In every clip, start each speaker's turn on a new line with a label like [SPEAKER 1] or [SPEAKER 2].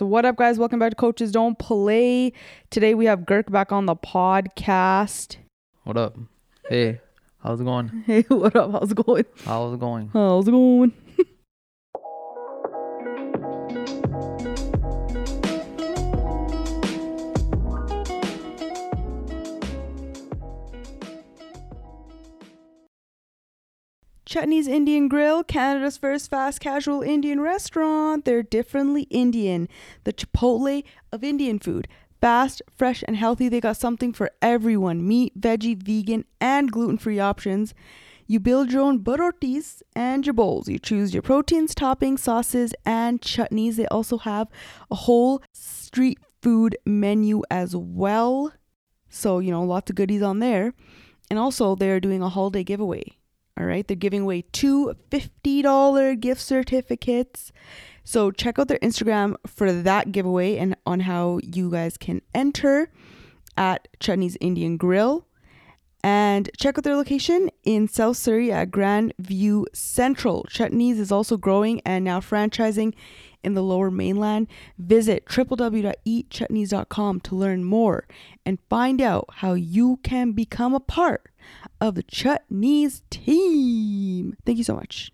[SPEAKER 1] So, what up, guys? Welcome back to Coaches Don't Play. Today we have Girk back on the podcast.
[SPEAKER 2] What up? Hey, how's it going?
[SPEAKER 1] Hey, what up? How's it going?
[SPEAKER 2] How's it going?
[SPEAKER 1] How's it going? Chutney's Indian Grill, Canada's first fast casual Indian restaurant. They're differently Indian, the Chipotle of Indian food. Fast, fresh, and healthy, they got something for everyone meat, veggie, vegan, and gluten free options. You build your own burrotis and your bowls. You choose your proteins, toppings, sauces, and chutneys. They also have a whole street food menu as well. So, you know, lots of goodies on there. And also, they're doing a holiday giveaway. All right, they're giving away two $50 gift certificates. So check out their Instagram for that giveaway and on how you guys can enter at Chutney's Indian Grill. And check out their location in South Surrey at Grand View Central. Chutney's is also growing and now franchising in the lower mainland. Visit E www.eatchutneys.com to learn more and find out how you can become a part of the Chutneys team. Thank you so much.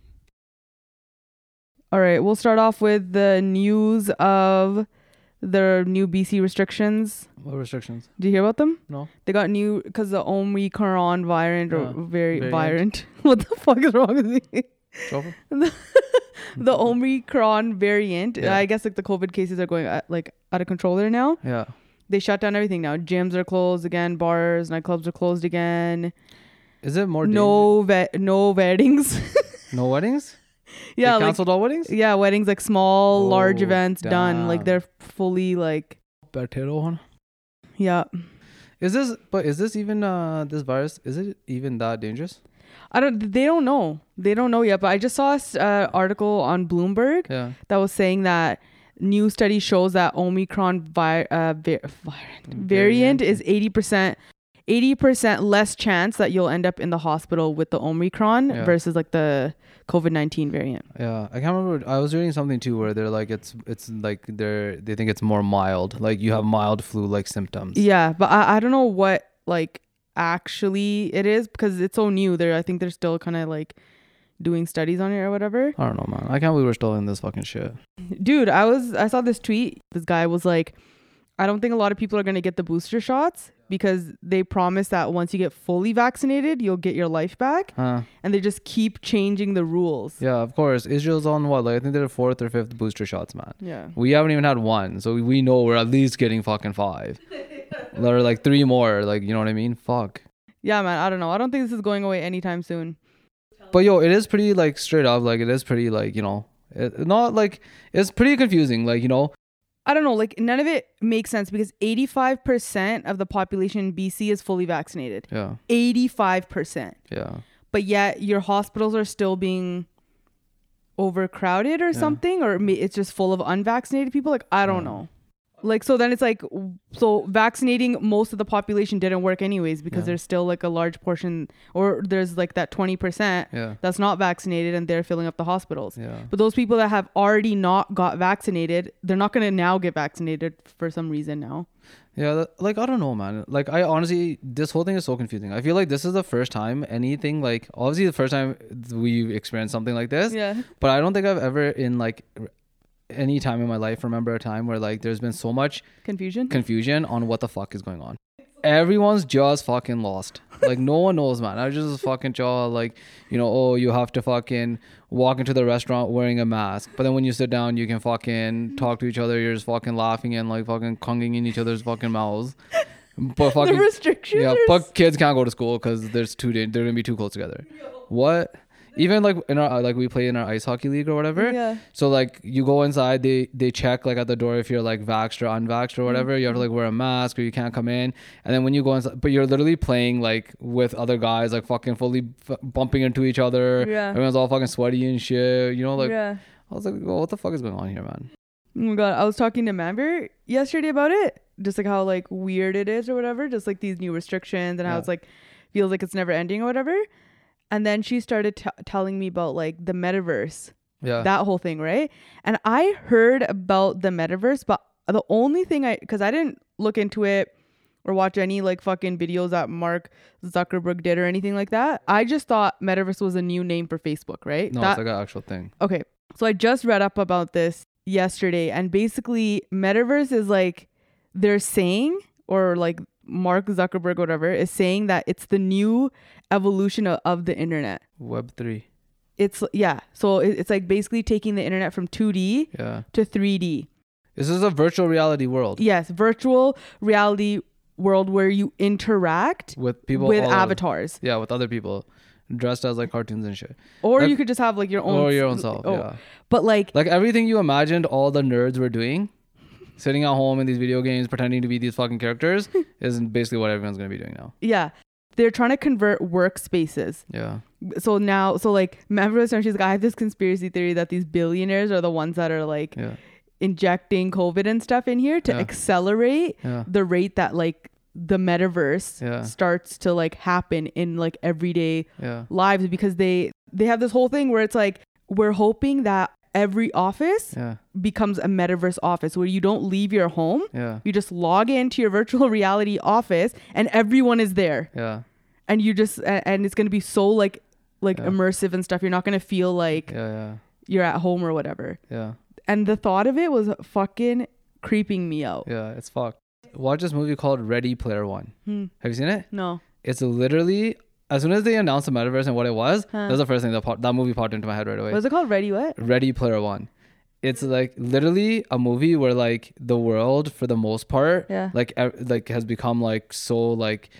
[SPEAKER 1] All right, we'll start off with the news of the new BC restrictions.
[SPEAKER 2] What restrictions?
[SPEAKER 1] Did you hear about them?
[SPEAKER 2] No.
[SPEAKER 1] They got new because the Omicron variant or
[SPEAKER 2] Yeah,
[SPEAKER 1] very
[SPEAKER 2] variant.
[SPEAKER 1] variant. what the fuck is wrong with me?
[SPEAKER 2] It's over?
[SPEAKER 1] the Omicron variant.
[SPEAKER 2] Yeah.
[SPEAKER 1] I guess like the COVID cases are going uh, like out of control there now.
[SPEAKER 2] Yeah.
[SPEAKER 1] They shut down everything now. Gyms are closed again. Bars, nightclubs are closed again.
[SPEAKER 2] Is it more
[SPEAKER 1] no ve- no weddings.
[SPEAKER 2] danger- No weddings? They
[SPEAKER 1] yeah, like
[SPEAKER 2] canceled all weddings?
[SPEAKER 1] yeah, weddings like small, large
[SPEAKER 2] Oh,
[SPEAKER 1] events done. Like
[SPEAKER 2] damn.
[SPEAKER 1] they're fully like
[SPEAKER 2] Potato one.
[SPEAKER 1] yeah.
[SPEAKER 2] Is this but is this even uh this virus is it even that dangerous?
[SPEAKER 1] I don't. They don't know. They don't know yet. But I just saw an uh, article on Bloomberg
[SPEAKER 2] Yeah.
[SPEAKER 1] that was saying that new study shows that Omicron vi- uh, vi- variant, variant
[SPEAKER 2] Variant.
[SPEAKER 1] is eighty percent. 80% less chance that you'll end up in the hospital with the Omicron
[SPEAKER 2] Yeah.
[SPEAKER 1] versus like the COVID 19 variant.
[SPEAKER 2] Yeah. I can't remember I was reading something too where they're like it's it's like they're they think it's more mild. Like you have mild flu like symptoms.
[SPEAKER 1] Yeah, but I, I don't know what like actually it is because it's so new. There, I think they're still kind of like doing studies on it or whatever.
[SPEAKER 2] I don't know, man. I can't believe we're still in this fucking shit.
[SPEAKER 1] dude i was i saw this tweet this guy was like i don't think a lot of people are going to get the booster shots because they promise that once you get fully vaccinated you'll get your life back
[SPEAKER 2] Huh.
[SPEAKER 1] and they just keep changing the rules
[SPEAKER 2] Yeah, of course. Israel's on what? Like I think they're fourth or fifth booster shots, man.
[SPEAKER 1] yeah
[SPEAKER 2] We haven't even had one, so we- we know we're at least getting fucking five. or like three more, like you know what I mean? Fuck.
[SPEAKER 1] yeah man i don't know i don't think this is going away anytime soon
[SPEAKER 2] But yo, it is pretty like straight up, like it is pretty like you know, it, not like it's pretty confusing, like you know.
[SPEAKER 1] i don't know like none of it makes sense because 85% of the population in bc is fully vaccinated
[SPEAKER 2] Yeah,
[SPEAKER 1] 85%
[SPEAKER 2] yeah,
[SPEAKER 1] but yet your hospitals are still being overcrowded or something or ma- it's just full of unvaccinated people like i don't
[SPEAKER 2] Yeah.
[SPEAKER 1] know like so then it's like w- so vaccinating most of the population didn't work anyways because
[SPEAKER 2] Yeah.
[SPEAKER 1] there's still like a large portion or there's like that 20%
[SPEAKER 2] yeah,
[SPEAKER 1] that's not vaccinated and they're filling up the hospitals
[SPEAKER 2] yeah.
[SPEAKER 1] but those people that have already not got vaccinated they're not going to now get vaccinated for some reason now
[SPEAKER 2] Yeah, that, like I don't know, man. Like I honestly, this whole thing is so confusing. I feel like this is the first time anything like obviously the first time we've experienced something like this.
[SPEAKER 1] yeah
[SPEAKER 2] But I don't think I've ever in like r- any time in my life remember a time where like there's been so much
[SPEAKER 1] confusion
[SPEAKER 2] confusion on what the fuck is going on. Everyone's just fucking lost. Like no one knows, man. I was just fucking jaw like, you know, oh, you have to fucking walk into the restaurant wearing a mask. But then when you sit down, you can fucking talk to each other. You're just fucking laughing and like fucking conging in each other's fucking mouths. But
[SPEAKER 1] the
[SPEAKER 2] fucking
[SPEAKER 1] restrictions
[SPEAKER 2] yeah,
[SPEAKER 1] are
[SPEAKER 2] fuck kids can't go to school because there's too dan- they're gonna be too close together. What? Even like in our like we play in our ice hockey league or whatever.
[SPEAKER 1] Yeah.
[SPEAKER 2] So like you go inside, they they check like at the door if you're like vaxxed or unvaxxed
[SPEAKER 1] Mm-hmm.
[SPEAKER 2] or whatever. You have to like wear a mask or you can't come in. And then when you go inside, but you're literally playing like with other guys, like fucking fully f- bumping into each other.
[SPEAKER 1] Yeah.
[SPEAKER 2] Everyone's all fucking sweaty and shit. You know, like
[SPEAKER 1] yeah
[SPEAKER 2] I was like, well, what the fuck is going on here, man?
[SPEAKER 1] Oh my god, I was talking to Manver yesterday about it, just like how like weird it is or whatever, just like these new restrictions and how
[SPEAKER 2] Yeah.
[SPEAKER 1] it's like feels like it's never ending or whatever. And then she started t- telling me about like the metaverse
[SPEAKER 2] Yeah.
[SPEAKER 1] that whole thing, right? And I heard about the metaverse, but the only thing I, because I didn't look into it or watch any like fucking videos that Mark Zuckerberg did or anything like that. I just thought metaverse was a new name for Facebook, right?
[SPEAKER 2] no,
[SPEAKER 1] That-
[SPEAKER 2] it's like an actual thing.
[SPEAKER 1] Okay. So I just read up about this yesterday and basically metaverse is like they're saying or like Mark Zuckerberg whatever is saying that it's the new evolution of, of the internet.
[SPEAKER 2] Web three.
[SPEAKER 1] It's yeah. So it- it's like basically taking the internet from 2D
[SPEAKER 2] Yeah.
[SPEAKER 1] to 3D.
[SPEAKER 2] This is a virtual reality world
[SPEAKER 1] Yes, virtual reality world where you interact
[SPEAKER 2] with people
[SPEAKER 1] with
[SPEAKER 2] all over-
[SPEAKER 1] avatars
[SPEAKER 2] Yeah, with other people dressed as like cartoons and shit,
[SPEAKER 1] or
[SPEAKER 2] That-
[SPEAKER 1] you could just have like your own
[SPEAKER 2] or your own
[SPEAKER 1] s-
[SPEAKER 2] self.
[SPEAKER 1] oh.
[SPEAKER 2] Yeah.
[SPEAKER 1] But like
[SPEAKER 2] Like everything you imagined all the nerds were doing, sitting at home in these video games pretending to be these fucking characters, is basically what everyone's gonna be doing now.
[SPEAKER 1] yeah, they're trying to convert workspaces
[SPEAKER 2] Yeah.
[SPEAKER 1] so now so like members and she's like i have this conspiracy theory that these billionaires are the ones that are like
[SPEAKER 2] Yeah.
[SPEAKER 1] injecting covid and stuff in here to
[SPEAKER 2] Yeah.
[SPEAKER 1] accelerate
[SPEAKER 2] Yeah.
[SPEAKER 1] the rate that like the metaverse
[SPEAKER 2] Yeah.
[SPEAKER 1] starts to like happen in like everyday
[SPEAKER 2] Yeah.
[SPEAKER 1] lives because they they have this whole thing where it's like we're hoping that every office
[SPEAKER 2] Yeah.
[SPEAKER 1] becomes a metaverse office where you don't leave your home
[SPEAKER 2] Yeah.
[SPEAKER 1] you just log into your virtual reality office and everyone is there
[SPEAKER 2] Yeah.
[SPEAKER 1] and you just a- and it's gonna be so like like
[SPEAKER 2] Yeah.
[SPEAKER 1] immersive and stuff. You're not gonna feel like
[SPEAKER 2] Yeah. Yeah.
[SPEAKER 1] you're at home or whatever.
[SPEAKER 2] Yeah.
[SPEAKER 1] And the thought of it was fucking creeping me out.
[SPEAKER 2] Yeah. It's fucked. Watch this movie called Ready Player One.
[SPEAKER 1] Hmm.
[SPEAKER 2] Have you seen it?
[SPEAKER 1] No,
[SPEAKER 2] It's literally as soon as they announced the metaverse and what it was,
[SPEAKER 1] Huh.
[SPEAKER 2] that was the first thing that pop, that movie popped into my head right away.
[SPEAKER 1] was it called Ready What?
[SPEAKER 2] Ready Player One. It's like literally a movie where like the world for the most part
[SPEAKER 1] Yeah.
[SPEAKER 2] like ev- like has become like so like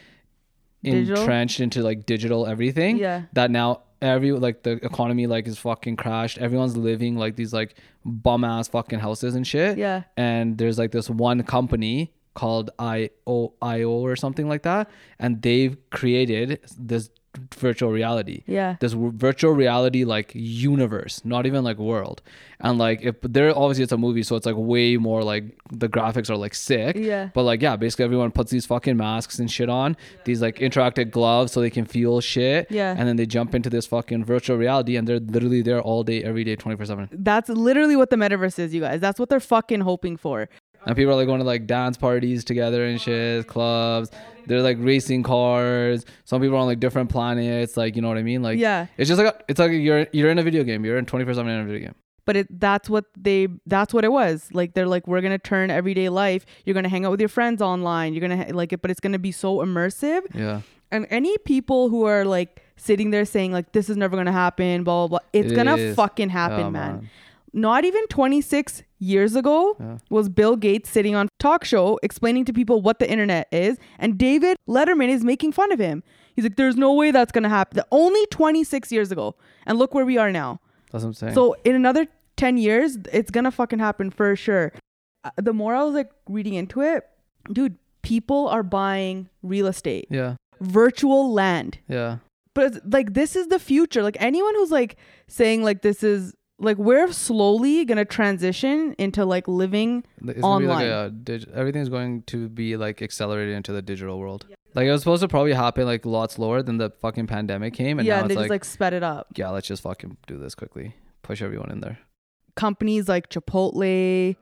[SPEAKER 1] Digital?
[SPEAKER 2] entrenched into like digital everything
[SPEAKER 1] Yeah.
[SPEAKER 2] that now every like the economy like is fucking crashed. Everyone's living like these like bum ass fucking houses and shit.
[SPEAKER 1] Yeah.
[SPEAKER 2] And there's like this one company called IO IO or something like that and they've created this virtual reality
[SPEAKER 1] Yeah.
[SPEAKER 2] this w- virtual reality like universe not even like world and like if there obviously it's a movie so it's like way more like the graphics are like sick
[SPEAKER 1] Yeah.
[SPEAKER 2] but like yeah basically everyone puts these fucking masks and shit on these like interactive gloves so they can feel shit
[SPEAKER 1] Yeah.
[SPEAKER 2] and then they jump into this fucking virtual reality and they're literally there all day every day 24 7
[SPEAKER 1] That's literally what the metaverse is, you guys. That's what they're fucking hoping for.
[SPEAKER 2] and people are like going to like dance parties together and shit clubs they're like racing cars some people are on like different planets like you know what i mean like
[SPEAKER 1] Yeah.
[SPEAKER 2] it's just like a, it's like you're you're in a video game you're in 24 7 in a video game
[SPEAKER 1] But it, that's what they that's what it was. Like they're like we're going to turn everyday life. You're going to hang out with your friends online. You're going to ha- like it but it's going to be so immersive
[SPEAKER 2] Yeah.
[SPEAKER 1] and any people who are like sitting there saying like this is never gonna happen blah blah blah it's
[SPEAKER 2] It
[SPEAKER 1] gonna
[SPEAKER 2] is.
[SPEAKER 1] fucking happen
[SPEAKER 2] Oh,
[SPEAKER 1] man.
[SPEAKER 2] man.
[SPEAKER 1] not even 26 years ago
[SPEAKER 2] Yeah.
[SPEAKER 1] was bill gates sitting on talk show explaining to people what the internet is and david letterman is making fun of him he's like there's no way that's gonna happen only 26 years ago and look where we are now
[SPEAKER 2] That's what I'm saying.
[SPEAKER 1] so in another 10 years, it's going to fucking happen for sure. Uh, The more I was like reading into it, dude, people are buying real estate,
[SPEAKER 2] yeah.
[SPEAKER 1] virtual land.
[SPEAKER 2] Yeah.
[SPEAKER 1] But it's, like this is the future. Like anyone who's like saying like this is like we're slowly going to transition into like living
[SPEAKER 2] It's gonna be like
[SPEAKER 1] Online.
[SPEAKER 2] a dig- everything's going to be like accelerated into the digital world. Like it was supposed to probably happen like lots lower than the fucking pandemic came and
[SPEAKER 1] yeah,
[SPEAKER 2] now
[SPEAKER 1] and they
[SPEAKER 2] it's
[SPEAKER 1] just
[SPEAKER 2] like,
[SPEAKER 1] like sped it up.
[SPEAKER 2] yeah, let's just fucking do this quickly. Push everyone in there.
[SPEAKER 1] Companies like Chipotle,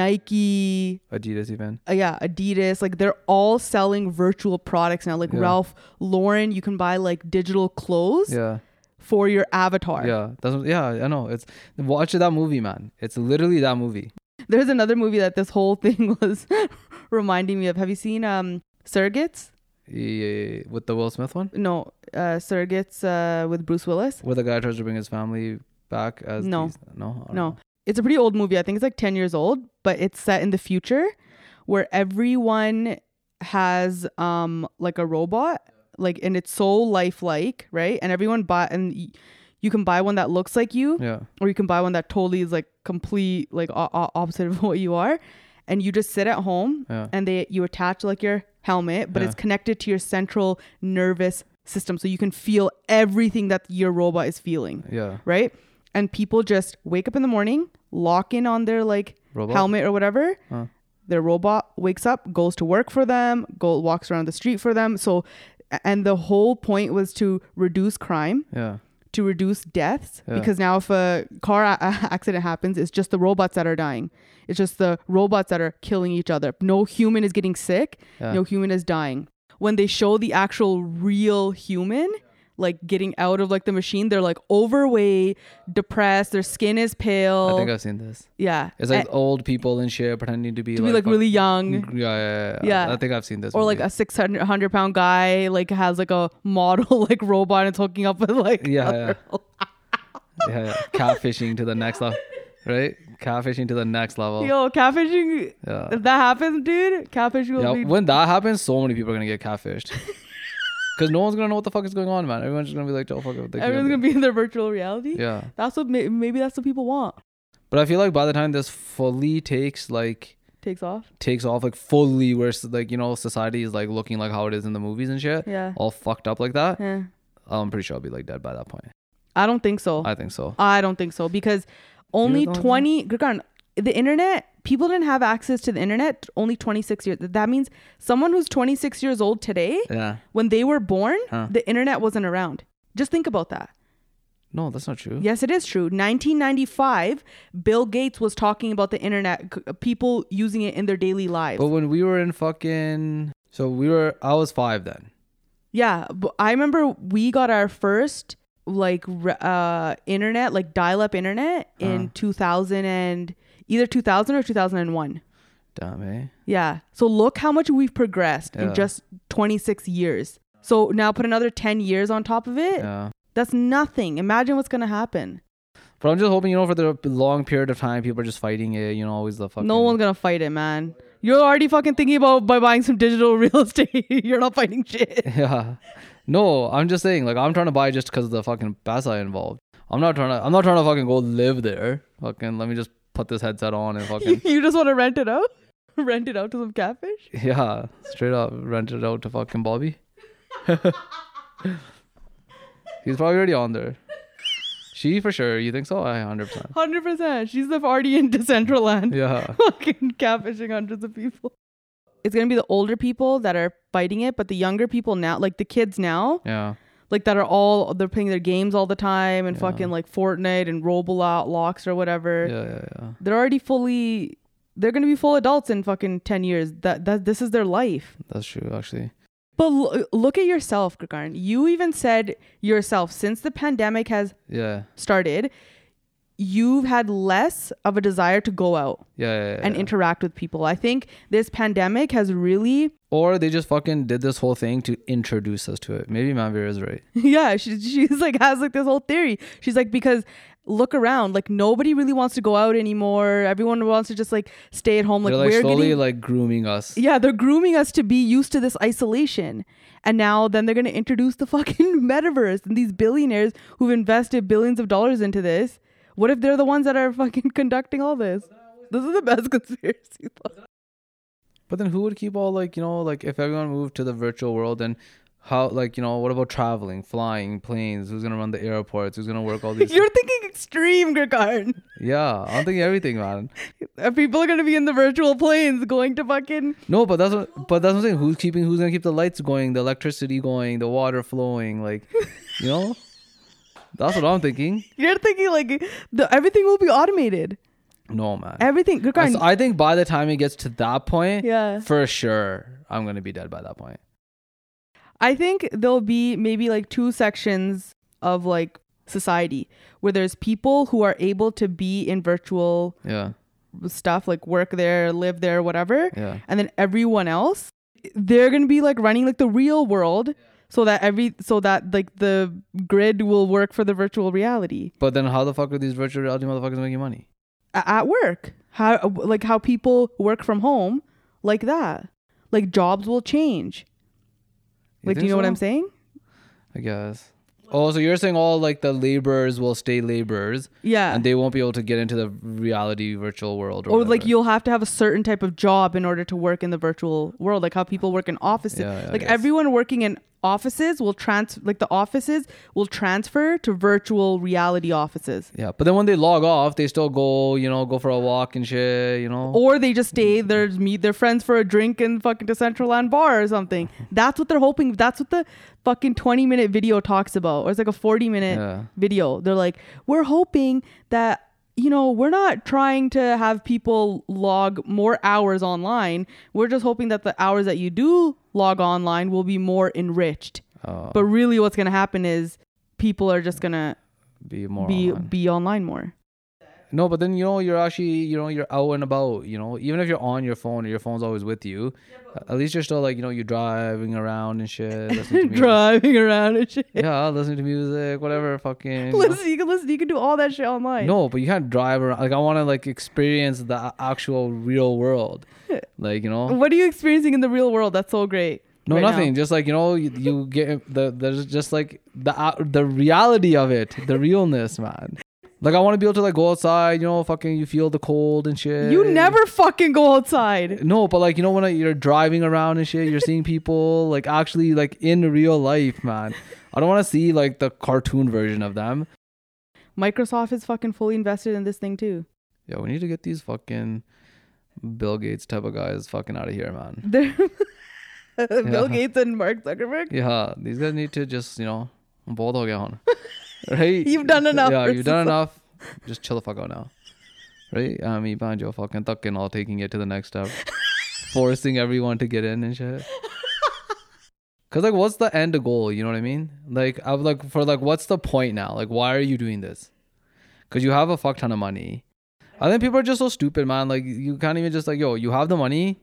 [SPEAKER 1] Nike,
[SPEAKER 2] Adidas even.
[SPEAKER 1] uh, yeah, Adidas, like they're all selling virtual products now. Like
[SPEAKER 2] Yeah.
[SPEAKER 1] Ralph Lauren, you can buy like digital clothes
[SPEAKER 2] Yeah.
[SPEAKER 1] for your avatar.
[SPEAKER 2] Yeah. That's what- yeah, I know. It's watch that movie, man. It's literally that movie.
[SPEAKER 1] There's another movie that this whole thing was reminding me of. Have you seen um Surrogates?
[SPEAKER 2] Yeah, with the Will Smith one?
[SPEAKER 1] No, uh Surrogates uh with Bruce Willis.
[SPEAKER 2] Where the guy tries to bring his family back as
[SPEAKER 1] No.
[SPEAKER 2] these- no. I don't
[SPEAKER 1] No.
[SPEAKER 2] know.
[SPEAKER 1] It's a pretty old movie. I think it's like 10 years old, but it's set in the future where everyone has um like a robot like and it's so lifelike, right? And everyone buy and y- you can buy one that looks like you.
[SPEAKER 2] Yeah.
[SPEAKER 1] or you can buy one that totally is like complete like o- o- opposite of what you are and you just sit at home
[SPEAKER 2] Yeah.
[SPEAKER 1] and they you attach like your helmet but it's
[SPEAKER 2] Yeah.
[SPEAKER 1] connected to your central nervous system so you can feel everything that your robot is feeling
[SPEAKER 2] Yeah.
[SPEAKER 1] right and people just wake up in the morning lock in on their like
[SPEAKER 2] Robot?
[SPEAKER 1] helmet or whatever
[SPEAKER 2] Huh.
[SPEAKER 1] their robot wakes up goes to work for them go walks around the street for them so a- and the whole point was to reduce crime
[SPEAKER 2] Yeah.
[SPEAKER 1] to reduce deaths
[SPEAKER 2] Yeah.
[SPEAKER 1] because now if a car a- a- accident happens, it's just the robots that are dying. It's just the robots that are killing each other. No human is getting sick.
[SPEAKER 2] Yeah.
[SPEAKER 1] No human is dying. When they show the actual real human like getting out of like the machine, they're like overweight, depressed. Their skin is pale.
[SPEAKER 2] I think I've seen this.
[SPEAKER 1] yeah,
[SPEAKER 2] It's like
[SPEAKER 1] A-
[SPEAKER 2] old people and shit pretending to be
[SPEAKER 1] Eh. to
[SPEAKER 2] like,
[SPEAKER 1] be like
[SPEAKER 2] fuck-
[SPEAKER 1] really young.
[SPEAKER 2] Yeah, yeah, yeah.
[SPEAKER 1] Yeah.
[SPEAKER 2] I think I've seen this.
[SPEAKER 1] or like
[SPEAKER 2] movie.
[SPEAKER 1] a 600 100 pound guy like has like a model like robot and it's hooking up with like
[SPEAKER 2] yeah, yeah.
[SPEAKER 1] other-
[SPEAKER 2] yeah, yeah. Catfishing to the next level, right? Catfishing to the next level.
[SPEAKER 1] yo catfishing
[SPEAKER 2] Yeah.
[SPEAKER 1] if that happens dude catfishing will
[SPEAKER 2] Yeah,
[SPEAKER 1] be
[SPEAKER 2] when that happens, so many people are gonna get catfished. Because no one's gonna know what the fuck is going on, man. Everyone's just gonna be like, "Oh fuck!" it," Like,
[SPEAKER 1] everyone's gonna be in their virtual reality
[SPEAKER 2] Yeah,
[SPEAKER 1] that's what may- maybe that's what people want
[SPEAKER 2] but I feel like by the time this fully takes like
[SPEAKER 1] takes off
[SPEAKER 2] takes off like fully, where s- like you know society is like looking like how it is in the movies and shit,
[SPEAKER 1] yeah
[SPEAKER 2] all fucked up like that,
[SPEAKER 1] yeah
[SPEAKER 2] I'm pretty sure I'll be like dead by that point.
[SPEAKER 1] i don't think so I,
[SPEAKER 2] I think so.
[SPEAKER 1] don't think so because only
[SPEAKER 2] don't think-
[SPEAKER 1] 20 Gurgan, the internet people didn't have access to the internet only 26 years that means someone who's 26 years old today
[SPEAKER 2] Yeah.
[SPEAKER 1] when they were born
[SPEAKER 2] Huh.
[SPEAKER 1] the internet wasn't around just think about that
[SPEAKER 2] No, that's not true.
[SPEAKER 1] Yes, it is true. 1995, Bill Gates was talking about the internet, c- people using it in their daily lives.
[SPEAKER 2] But when we were in fucking, so we were, I was five then.
[SPEAKER 1] yeah, but I remember we got our first like re- uh internet, like dial-up internet
[SPEAKER 2] Uh-huh.
[SPEAKER 1] in 2000 and either 2000 or 2001.
[SPEAKER 2] Damn, eh?
[SPEAKER 1] Yeah. So look how much we've progressed
[SPEAKER 2] Yeah.
[SPEAKER 1] in just 26 years. So now put another 10 years on top of it.
[SPEAKER 2] Yeah.
[SPEAKER 1] That's nothing. Imagine what's going to happen.
[SPEAKER 2] But I'm just hoping, you know, for the long period of time, people are just fighting it. You know, always the fucking.
[SPEAKER 1] No one's gonna fight it, man. You're already fucking thinking about by buying some digital real estate. You're not fighting shit.
[SPEAKER 2] Yeah. No, I'm just saying, like, I'm trying to buy just because of the fucking pesa involved. I'm not trying to. I'm not trying to fucking go live there. Fucking, let me just put this headset on and
[SPEAKER 1] You,
[SPEAKER 2] fucking.
[SPEAKER 1] you just want to rent it out, rent it out to some catfish.
[SPEAKER 2] yeah, straight up rent it out to fucking Bobby. He's probably already on there. She for sure. You think so? I hundred percent.
[SPEAKER 1] Hundred percent. She's the already in Decentraland,
[SPEAKER 2] Yeah.
[SPEAKER 1] fucking catfishing hundreds of people. It's gonna be the older people that are fighting it, but the younger people now, like the kids now,
[SPEAKER 2] Yeah.
[SPEAKER 1] like that are all they're playing their games all the time and
[SPEAKER 2] Yeah.
[SPEAKER 1] fucking like Fortnite and Roblox locks or whatever.
[SPEAKER 2] Yeah. Yeah. Yeah.
[SPEAKER 1] they're already fully they're gonna be full adults in fucking 10 years that, that this is their life
[SPEAKER 2] That's true, actually.
[SPEAKER 1] but l- look at yourself Gagarn. you even said yourself since the pandemic has
[SPEAKER 2] Yeah.
[SPEAKER 1] started you've had less of a desire to go out
[SPEAKER 2] Yeah. yeah, yeah
[SPEAKER 1] and
[SPEAKER 2] yeah.
[SPEAKER 1] interact with people i think this pandemic has really
[SPEAKER 2] or they just fucking did this whole thing to introduce us to it. Maybe Manveer is right.
[SPEAKER 1] yeah she, she's like has like this whole theory she's like because look around like nobody really wants to go out anymore everyone wants to just like stay at home like,
[SPEAKER 2] They're like
[SPEAKER 1] we're
[SPEAKER 2] slowly
[SPEAKER 1] getting
[SPEAKER 2] like grooming us.
[SPEAKER 1] Yeah, they're grooming us to be used to this isolation. And now then they're going to introduce the fucking metaverse and these billionaires who've invested billions of dollars into this. What if they're the ones that are fucking conducting all this? This is the best conspiracy. thought.
[SPEAKER 2] But then who would keep all like you know like if everyone moved to the virtual world then how like you know what about traveling, flying, planes? Who's gonna run the airports? Who's gonna work all these?
[SPEAKER 1] You're thinking extreme, Grigarn.
[SPEAKER 2] yeah, I'm thinking everything, man.
[SPEAKER 1] People are going to be in the virtual planes going to fucking.
[SPEAKER 2] No, but that's what, but that's what I'm saying. Who's keeping? Who's gonna keep the lights going, the electricity going, the water flowing? Like, you know, that's what I'm thinking.
[SPEAKER 1] You're thinking like the, everything will be automated.
[SPEAKER 2] No, man.
[SPEAKER 1] Everything.
[SPEAKER 2] I,
[SPEAKER 1] Grigarn.
[SPEAKER 2] s- I think by the time it gets to that point,
[SPEAKER 1] yeah.
[SPEAKER 2] for sure, I'm gonna be dead by that point.
[SPEAKER 1] I think there'll be maybe like two sections of like society where there's people who are able to be in virtual
[SPEAKER 2] Yeah,
[SPEAKER 1] stuff, like work there, live there, whatever.
[SPEAKER 2] yeah.
[SPEAKER 1] And then everyone else, they're going to be like running like the real world so that every, so that like the grid will work for the virtual reality
[SPEAKER 2] But then how the fuck are these virtual reality motherfuckers making money?
[SPEAKER 1] A- at work. How, like how people work from home, like that. Like jobs will change. Like, do
[SPEAKER 2] think
[SPEAKER 1] you know what
[SPEAKER 2] so?
[SPEAKER 1] I'm saying?
[SPEAKER 2] I guess. Oh, so you're saying all like the laborers will stay laborers
[SPEAKER 1] Yeah.
[SPEAKER 2] and they won't be able to get into the reality virtual world or,
[SPEAKER 1] or like
[SPEAKER 2] whatever.
[SPEAKER 1] you'll have to have a certain type of job in order to work in the virtual world like how people work in offices
[SPEAKER 2] Yeah, yeah, I
[SPEAKER 1] like
[SPEAKER 2] guess.
[SPEAKER 1] everyone working in offices will trans like the offices will transfer to virtual reality offices.
[SPEAKER 2] Yeah, but then when they log off, they still go, you know, go for a walk and shit, you know.
[SPEAKER 1] Or they just stay there, meet their friends for a drink in fucking Decentraland bar or something. That's what they're hoping. That's what the fucking 20 minute video talks about. Or it's like a 40 minute
[SPEAKER 2] Yeah.
[SPEAKER 1] video. They're like, we're hoping that, you know, we're not trying to have people log more hours online. We're just hoping that the hours that you do log online will be more enriched.
[SPEAKER 2] Oh,
[SPEAKER 1] But really, what's going to happen is people are just going to
[SPEAKER 2] be more.
[SPEAKER 1] be,
[SPEAKER 2] online.
[SPEAKER 1] be online more.
[SPEAKER 2] No, but then you know you're actually you know you're out and about. You know, even if you're on your phone, your phone's always with you. At least you're still like you know you're driving around and shit. Listening to music.
[SPEAKER 1] Driving around and shit.
[SPEAKER 2] yeah, listening to music, whatever. Fucking. you know.
[SPEAKER 1] listen, you can listen, you can do all that shit online.
[SPEAKER 2] No, but you can't drive around. Like I want to like experience the a- actual real world. Like you know.
[SPEAKER 1] What are you experiencing in the real world? That's so great.
[SPEAKER 2] No,
[SPEAKER 1] right now?
[SPEAKER 2] nothing. Just like you know, you, you get the there's just like the out the reality of it, the realness, man. Like I want to be able to like go outside, you know, fucking you feel the cold and shit.
[SPEAKER 1] You never fucking go outside.
[SPEAKER 2] No, but like you know when like, you're driving around and shit, you're seeing people like actually like in real life, man. I don't want to see like the cartoon version of them.
[SPEAKER 1] Microsoft is fucking fully invested in this thing too.
[SPEAKER 2] Yeah, we need to get these fucking Bill Gates type of guys fucking out of here, man.
[SPEAKER 1] They're Bill
[SPEAKER 2] Yeah.
[SPEAKER 1] Gates and Mark Zuckerberg.
[SPEAKER 2] Yeah, these guys need to just you know, bold ho gaya hon. right?
[SPEAKER 1] You've done enough
[SPEAKER 2] Yeah,
[SPEAKER 1] for
[SPEAKER 2] you've done enough. Just chill the fuck out now, right? I mean, banjo fucking tuck and all taking it to the next step, forcing everyone to get in and shit. Cause like, what's the end goal? You know what I mean? Like, I'm like for like, what's the point now? Like, why are you doing this? Cause you have a fuck ton of money. I think people are just so stupid, man. Like, you can't even just like, yo, you have the money,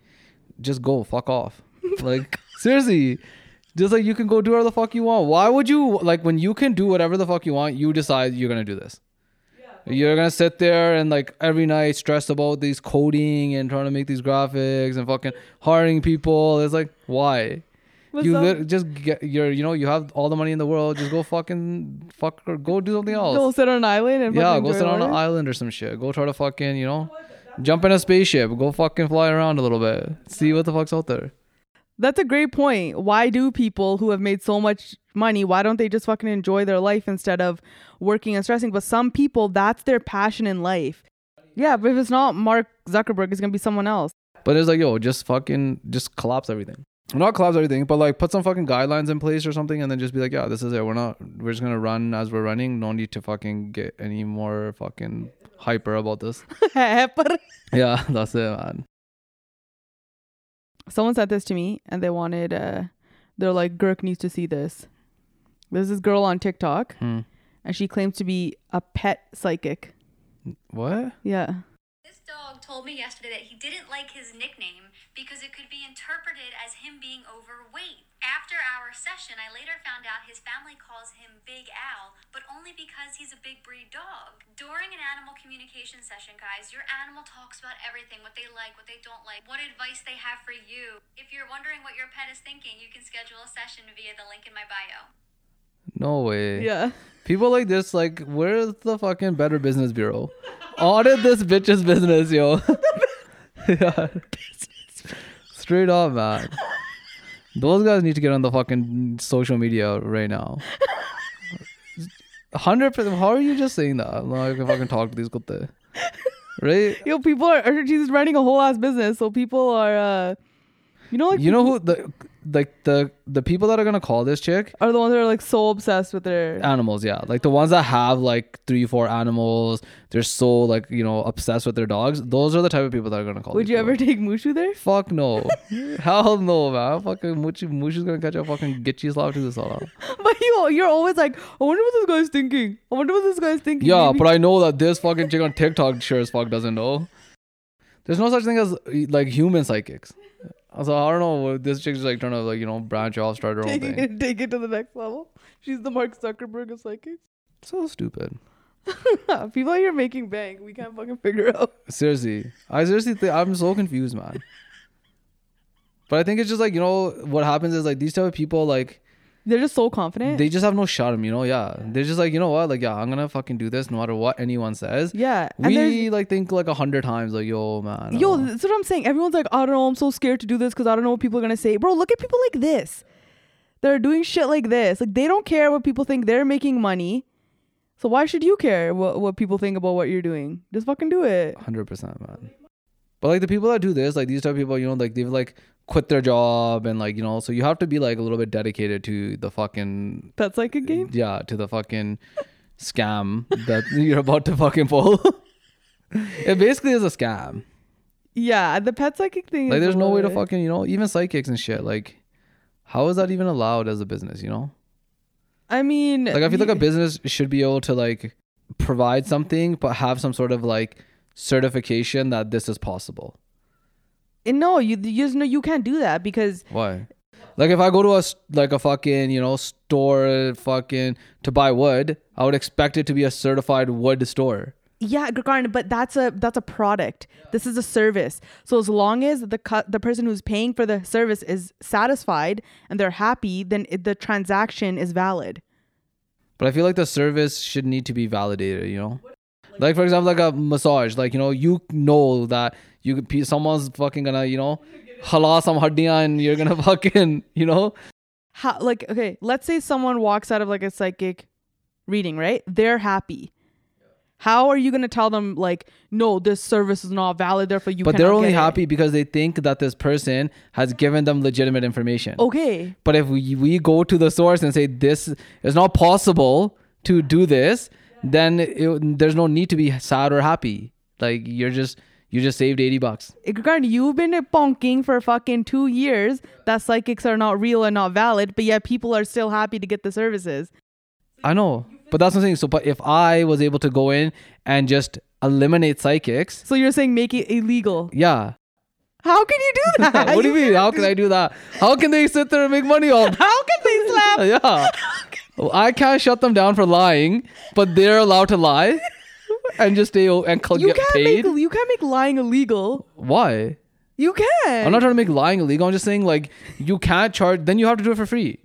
[SPEAKER 2] just go fuck off. Like, seriously. Just like you can go do whatever the fuck you want. Why would you like when you can do whatever the fuck you want, you decide you're gonna do this. You're gonna sit there and like every night stress about these coding and trying to make these graphics and fucking hiring people. It's like why?
[SPEAKER 1] What's
[SPEAKER 2] you
[SPEAKER 1] up?
[SPEAKER 2] lit- just get your you know you have all the money in the world. Just go fucking fuck or go do something else.
[SPEAKER 1] Go sit on an island and
[SPEAKER 2] Oh. yeah,
[SPEAKER 1] fucking
[SPEAKER 2] go
[SPEAKER 1] enjoy
[SPEAKER 2] sit on an
[SPEAKER 1] life.
[SPEAKER 2] island or some shit. Go try to fucking you know jump in a spaceship. Go fucking fly around a little bit. See what the fuck's out there.
[SPEAKER 1] That's a great point. Why do people who have made so much money, why don't they just fucking enjoy their life instead of working and stressing? But some people, that's their passion in life. Yeah, but if it's not Mark Zuckerberg, it's gonna be someone else.
[SPEAKER 2] But it's like, yo, just fucking, just collapse everything. Not collapse everything, but like put some fucking guidelines in place or something, and then just be like, yeah, this is it. We're not, we're just gonna run as we're running. No need to fucking get any more fucking hyper about this.
[SPEAKER 1] But
[SPEAKER 2] Yeah, that's it, man.
[SPEAKER 1] someone said this to me and they wanted uh they're like Girk needs to see this. There's this girl on TikTok
[SPEAKER 2] Hmm.
[SPEAKER 1] and she claims to be a pet psychic.
[SPEAKER 2] What?
[SPEAKER 1] Yeah.
[SPEAKER 3] This dog told me yesterday that he didn't like his nickname because it could be interpreted as him being overweight. After our session, I later found out his family calls him Big Al, but only because he's a big breed dog. During an animal communication session, guys, your animal talks about everything what they like, what they don't like, what advice they have for you. If you're wondering what your pet is thinking, you can schedule a session via the link in my bio.
[SPEAKER 2] No way.
[SPEAKER 1] Yeah.
[SPEAKER 2] People like this, like, where's the fucking Better Business Bureau? Audit this bitch's business, yo. yeah. Straight up, man. Those guys need to get on the fucking social media right now. Hundred percent. How are you just saying that? I'm not gonna fucking talk to these kutte. Right?
[SPEAKER 1] Yo, people are or she's running a whole ass business, so people are uh you know like
[SPEAKER 2] You know who the like the the people that are gonna call this chick
[SPEAKER 1] are the ones that are like so obsessed with their
[SPEAKER 2] animals yeah like the ones that have like three four animals they're so like you know obsessed with their dogs those are the type of people that are gonna call
[SPEAKER 1] Would
[SPEAKER 2] these
[SPEAKER 1] you ever
[SPEAKER 2] people.
[SPEAKER 1] take Mushu there?
[SPEAKER 2] fuck no hell no man fucking Mushu, Mushu's gonna catch a fucking gitchy slap to this all
[SPEAKER 1] But you you're always like, I wonder what this guy's thinking. I wonder what this guy's thinking.
[SPEAKER 2] yeah
[SPEAKER 1] Maybe-
[SPEAKER 2] but i know that this fucking chick on tiktok sure as fuck doesn't know there's no such thing as like human psychics so i don't know this chick's like trying to like you know branch off start her own
[SPEAKER 1] taking
[SPEAKER 2] thing
[SPEAKER 1] it, take it to the next level. She's the Mark Zuckerberg of psychics.
[SPEAKER 2] so stupid
[SPEAKER 1] People out here making bank. We can't fucking figure out.
[SPEAKER 2] Seriously, I seriously think I'm so confused, man. But I think it's just like you know what happens is like these type of people like
[SPEAKER 1] They're just so confident.
[SPEAKER 2] they just have no charm, you know. Yeah, they're just like you know what, like yeah, I'm gonna fucking do this no matter what anyone says.
[SPEAKER 1] yeah. And
[SPEAKER 2] we like think like a hundred times like yo man.
[SPEAKER 1] there's, yo,
[SPEAKER 2] oh.
[SPEAKER 1] that's what I'm saying. Everyone's like, I don't know. I'm so scared to do this because I don't know what people are going to say. Bro, look at people like this. that are doing shit like this. Like they don't care what people think they're making money. So why should you care what what people think about what you're doing? Just fucking do it.
[SPEAKER 2] Hundred percent, man. But like the people that do this, like these type of people, you know, like they've like quit their job and like you know, so you have to be like a little bit dedicated to the fucking
[SPEAKER 1] That's like a game.
[SPEAKER 2] yeah to the fucking scam that you're about to fucking pull. it basically is a scam.
[SPEAKER 1] Yeah, the pet psychic thing.
[SPEAKER 2] Like
[SPEAKER 1] is
[SPEAKER 2] there's
[SPEAKER 1] a
[SPEAKER 2] no way to
[SPEAKER 1] little bit-
[SPEAKER 2] fucking you know even psychics and shit. Like how is that even allowed as a business? You know,
[SPEAKER 1] I mean,
[SPEAKER 2] like I feel like
[SPEAKER 1] y-
[SPEAKER 2] a business should be able to like provide something, but have some sort of like certification that this is possible.
[SPEAKER 1] And no, you you just know you can't do that because
[SPEAKER 2] Why? Like if I go to a s- like a fucking you know store fucking to buy wood, I would expect it to be a certified wood store.
[SPEAKER 1] yeah, Garn, but that's a that's a product. This is a service. So as long as the cu- the person who's paying for the service is satisfied and they're happy, then it, the transaction is valid.
[SPEAKER 2] But I feel like the service should need to be validated. You know, like for example, like a massage. Like you know, you know that you could pe- someone's fucking gonna you know hala some haddiyan and you're gonna fucking you know
[SPEAKER 1] How like okay, let's say someone walks out of like a psychic reading, right? They're happy. How are you gonna tell them like no, this service is not valid, therefore you?
[SPEAKER 2] but they're
[SPEAKER 1] cannot
[SPEAKER 2] only
[SPEAKER 1] get it?
[SPEAKER 2] happy because they think that this person has given them legitimate information.
[SPEAKER 1] Okay,
[SPEAKER 2] But if we, we go to the source and say this is not possible to do this, then it, there's no need to be sad or happy. Like you're just you just saved eighty bucks.
[SPEAKER 1] Garn, you've been bonking for fucking two years that psychics are not real and not valid, but yet people are still happy to get the services.
[SPEAKER 2] I know, but that's what I'm saying. So, but if I was able to go in and just eliminate psychics,
[SPEAKER 1] So you're saying make it illegal?
[SPEAKER 2] yeah.
[SPEAKER 1] How can you do that?
[SPEAKER 2] what do you mean? How can I do that? How can they sit there and make money off?
[SPEAKER 1] How can they slap?
[SPEAKER 2] yeah. Well, I can't shut them down for lying, but they're allowed to lie and just stay o- and col-
[SPEAKER 1] You
[SPEAKER 2] get
[SPEAKER 1] can't
[SPEAKER 2] paid.
[SPEAKER 1] make you can't make lying illegal.
[SPEAKER 2] Why?
[SPEAKER 1] You can.
[SPEAKER 2] I'm not trying to make lying illegal. I'm just saying like you can't charge. Then you have to do it for free.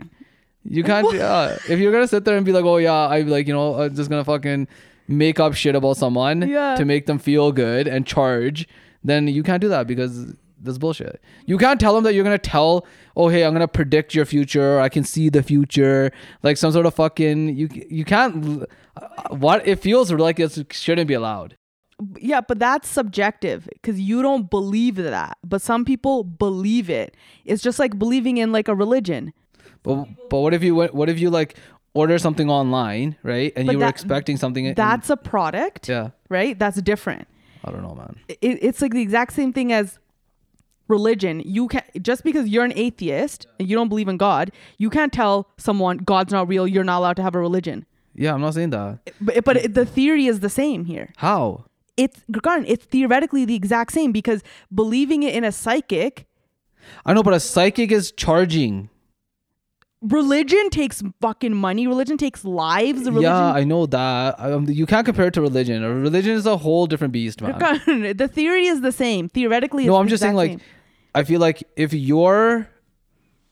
[SPEAKER 2] You can't. Uh, if you're gonna sit there and be like, oh yeah, I'm like you know, I'm just gonna fucking make up shit about someone
[SPEAKER 1] Yeah.
[SPEAKER 2] to make them feel good and charge, then you can't do that because that's bullshit. You can't tell them that you're gonna tell, oh hey, I'm gonna predict your future. I can see the future. Like some sort of fucking you. You can't. Uh, what it feels like it shouldn't be allowed.
[SPEAKER 1] yeah, but that's subjective because you don't believe that, but some people believe it. It's just like believing in like a religion.
[SPEAKER 2] But but what if you went? What if you like order something online, right? And
[SPEAKER 1] But
[SPEAKER 2] you were
[SPEAKER 1] that-
[SPEAKER 2] expecting something. and-
[SPEAKER 1] That's a product,
[SPEAKER 2] yeah.
[SPEAKER 1] right? That's different.
[SPEAKER 2] I don't know, man.
[SPEAKER 1] it, it's like the exact same thing as religion you can not just because you're an atheist and you don't believe in god you can't tell someone god's not real you're not allowed to have a religion
[SPEAKER 2] Yeah, I'm not saying that.
[SPEAKER 1] but, but
[SPEAKER 2] Mm.
[SPEAKER 1] it, the theory is the same here
[SPEAKER 2] How?
[SPEAKER 1] it's Gargan, it's theoretically the exact same because believing it in a psychic
[SPEAKER 2] I know, but a psychic is charging.
[SPEAKER 1] religion takes fucking money religion takes lives religion
[SPEAKER 2] Yeah, I know that. Um, you can't compare it to religion. A Religion is a whole different beast, man.
[SPEAKER 1] Gargan, the theory is the same theoretically
[SPEAKER 2] No,
[SPEAKER 1] it's
[SPEAKER 2] I'm
[SPEAKER 1] the
[SPEAKER 2] just saying,
[SPEAKER 1] exact
[SPEAKER 2] like, I feel like if you're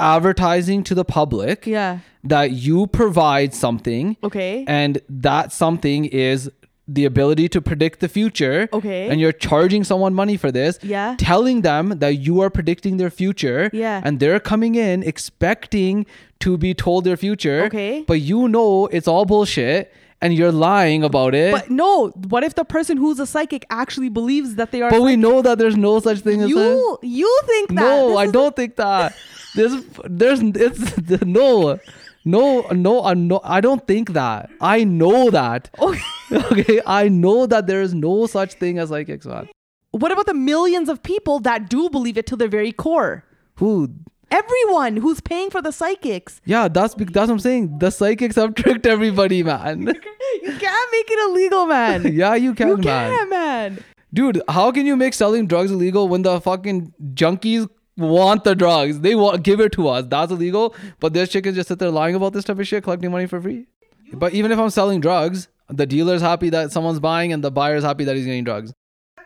[SPEAKER 2] advertising to the public
[SPEAKER 1] same. yeah
[SPEAKER 2] that you provide something,
[SPEAKER 1] okay
[SPEAKER 2] and that something is the ability to predict the future.
[SPEAKER 1] Okay.
[SPEAKER 2] And you're charging someone money for this.
[SPEAKER 1] Yeah.
[SPEAKER 2] Telling them that you are predicting their future.
[SPEAKER 1] Yeah.
[SPEAKER 2] And they're coming in expecting to be told their future.
[SPEAKER 1] Okay.
[SPEAKER 2] But you know it's all bullshit and you're lying about it.
[SPEAKER 1] but
[SPEAKER 2] But,
[SPEAKER 1] no what if the person who's a psychic actually believes that they are
[SPEAKER 2] we know that there's no such thing as a-
[SPEAKER 1] You you think that?
[SPEAKER 2] No,
[SPEAKER 1] This
[SPEAKER 2] I
[SPEAKER 1] is-
[SPEAKER 2] don't think that. There's, there's, it's no, no, no, uh, no. I don't think that. I know that.
[SPEAKER 1] Okay.
[SPEAKER 2] okay, I know that there is no such thing as psychics, man.
[SPEAKER 1] What about the millions of people that do believe it to their very core?
[SPEAKER 2] Who?
[SPEAKER 1] Everyone who's paying for the psychics.
[SPEAKER 2] Yeah, that's bec- that's what I'm saying. The psychics have tricked everybody, man.
[SPEAKER 1] You can't make it illegal, man.
[SPEAKER 2] yeah, you can,
[SPEAKER 1] you
[SPEAKER 2] man.
[SPEAKER 1] can't, man.
[SPEAKER 2] Dude, how can you make selling drugs illegal when the fucking junkies want the drugs? They want give it to us. That's illegal. But this chicken just sit there lying about this type of shit, collecting money for free. But even if I'm selling drugs, the dealer's happy that someone's buying and the buyer's happy that he's getting drugs.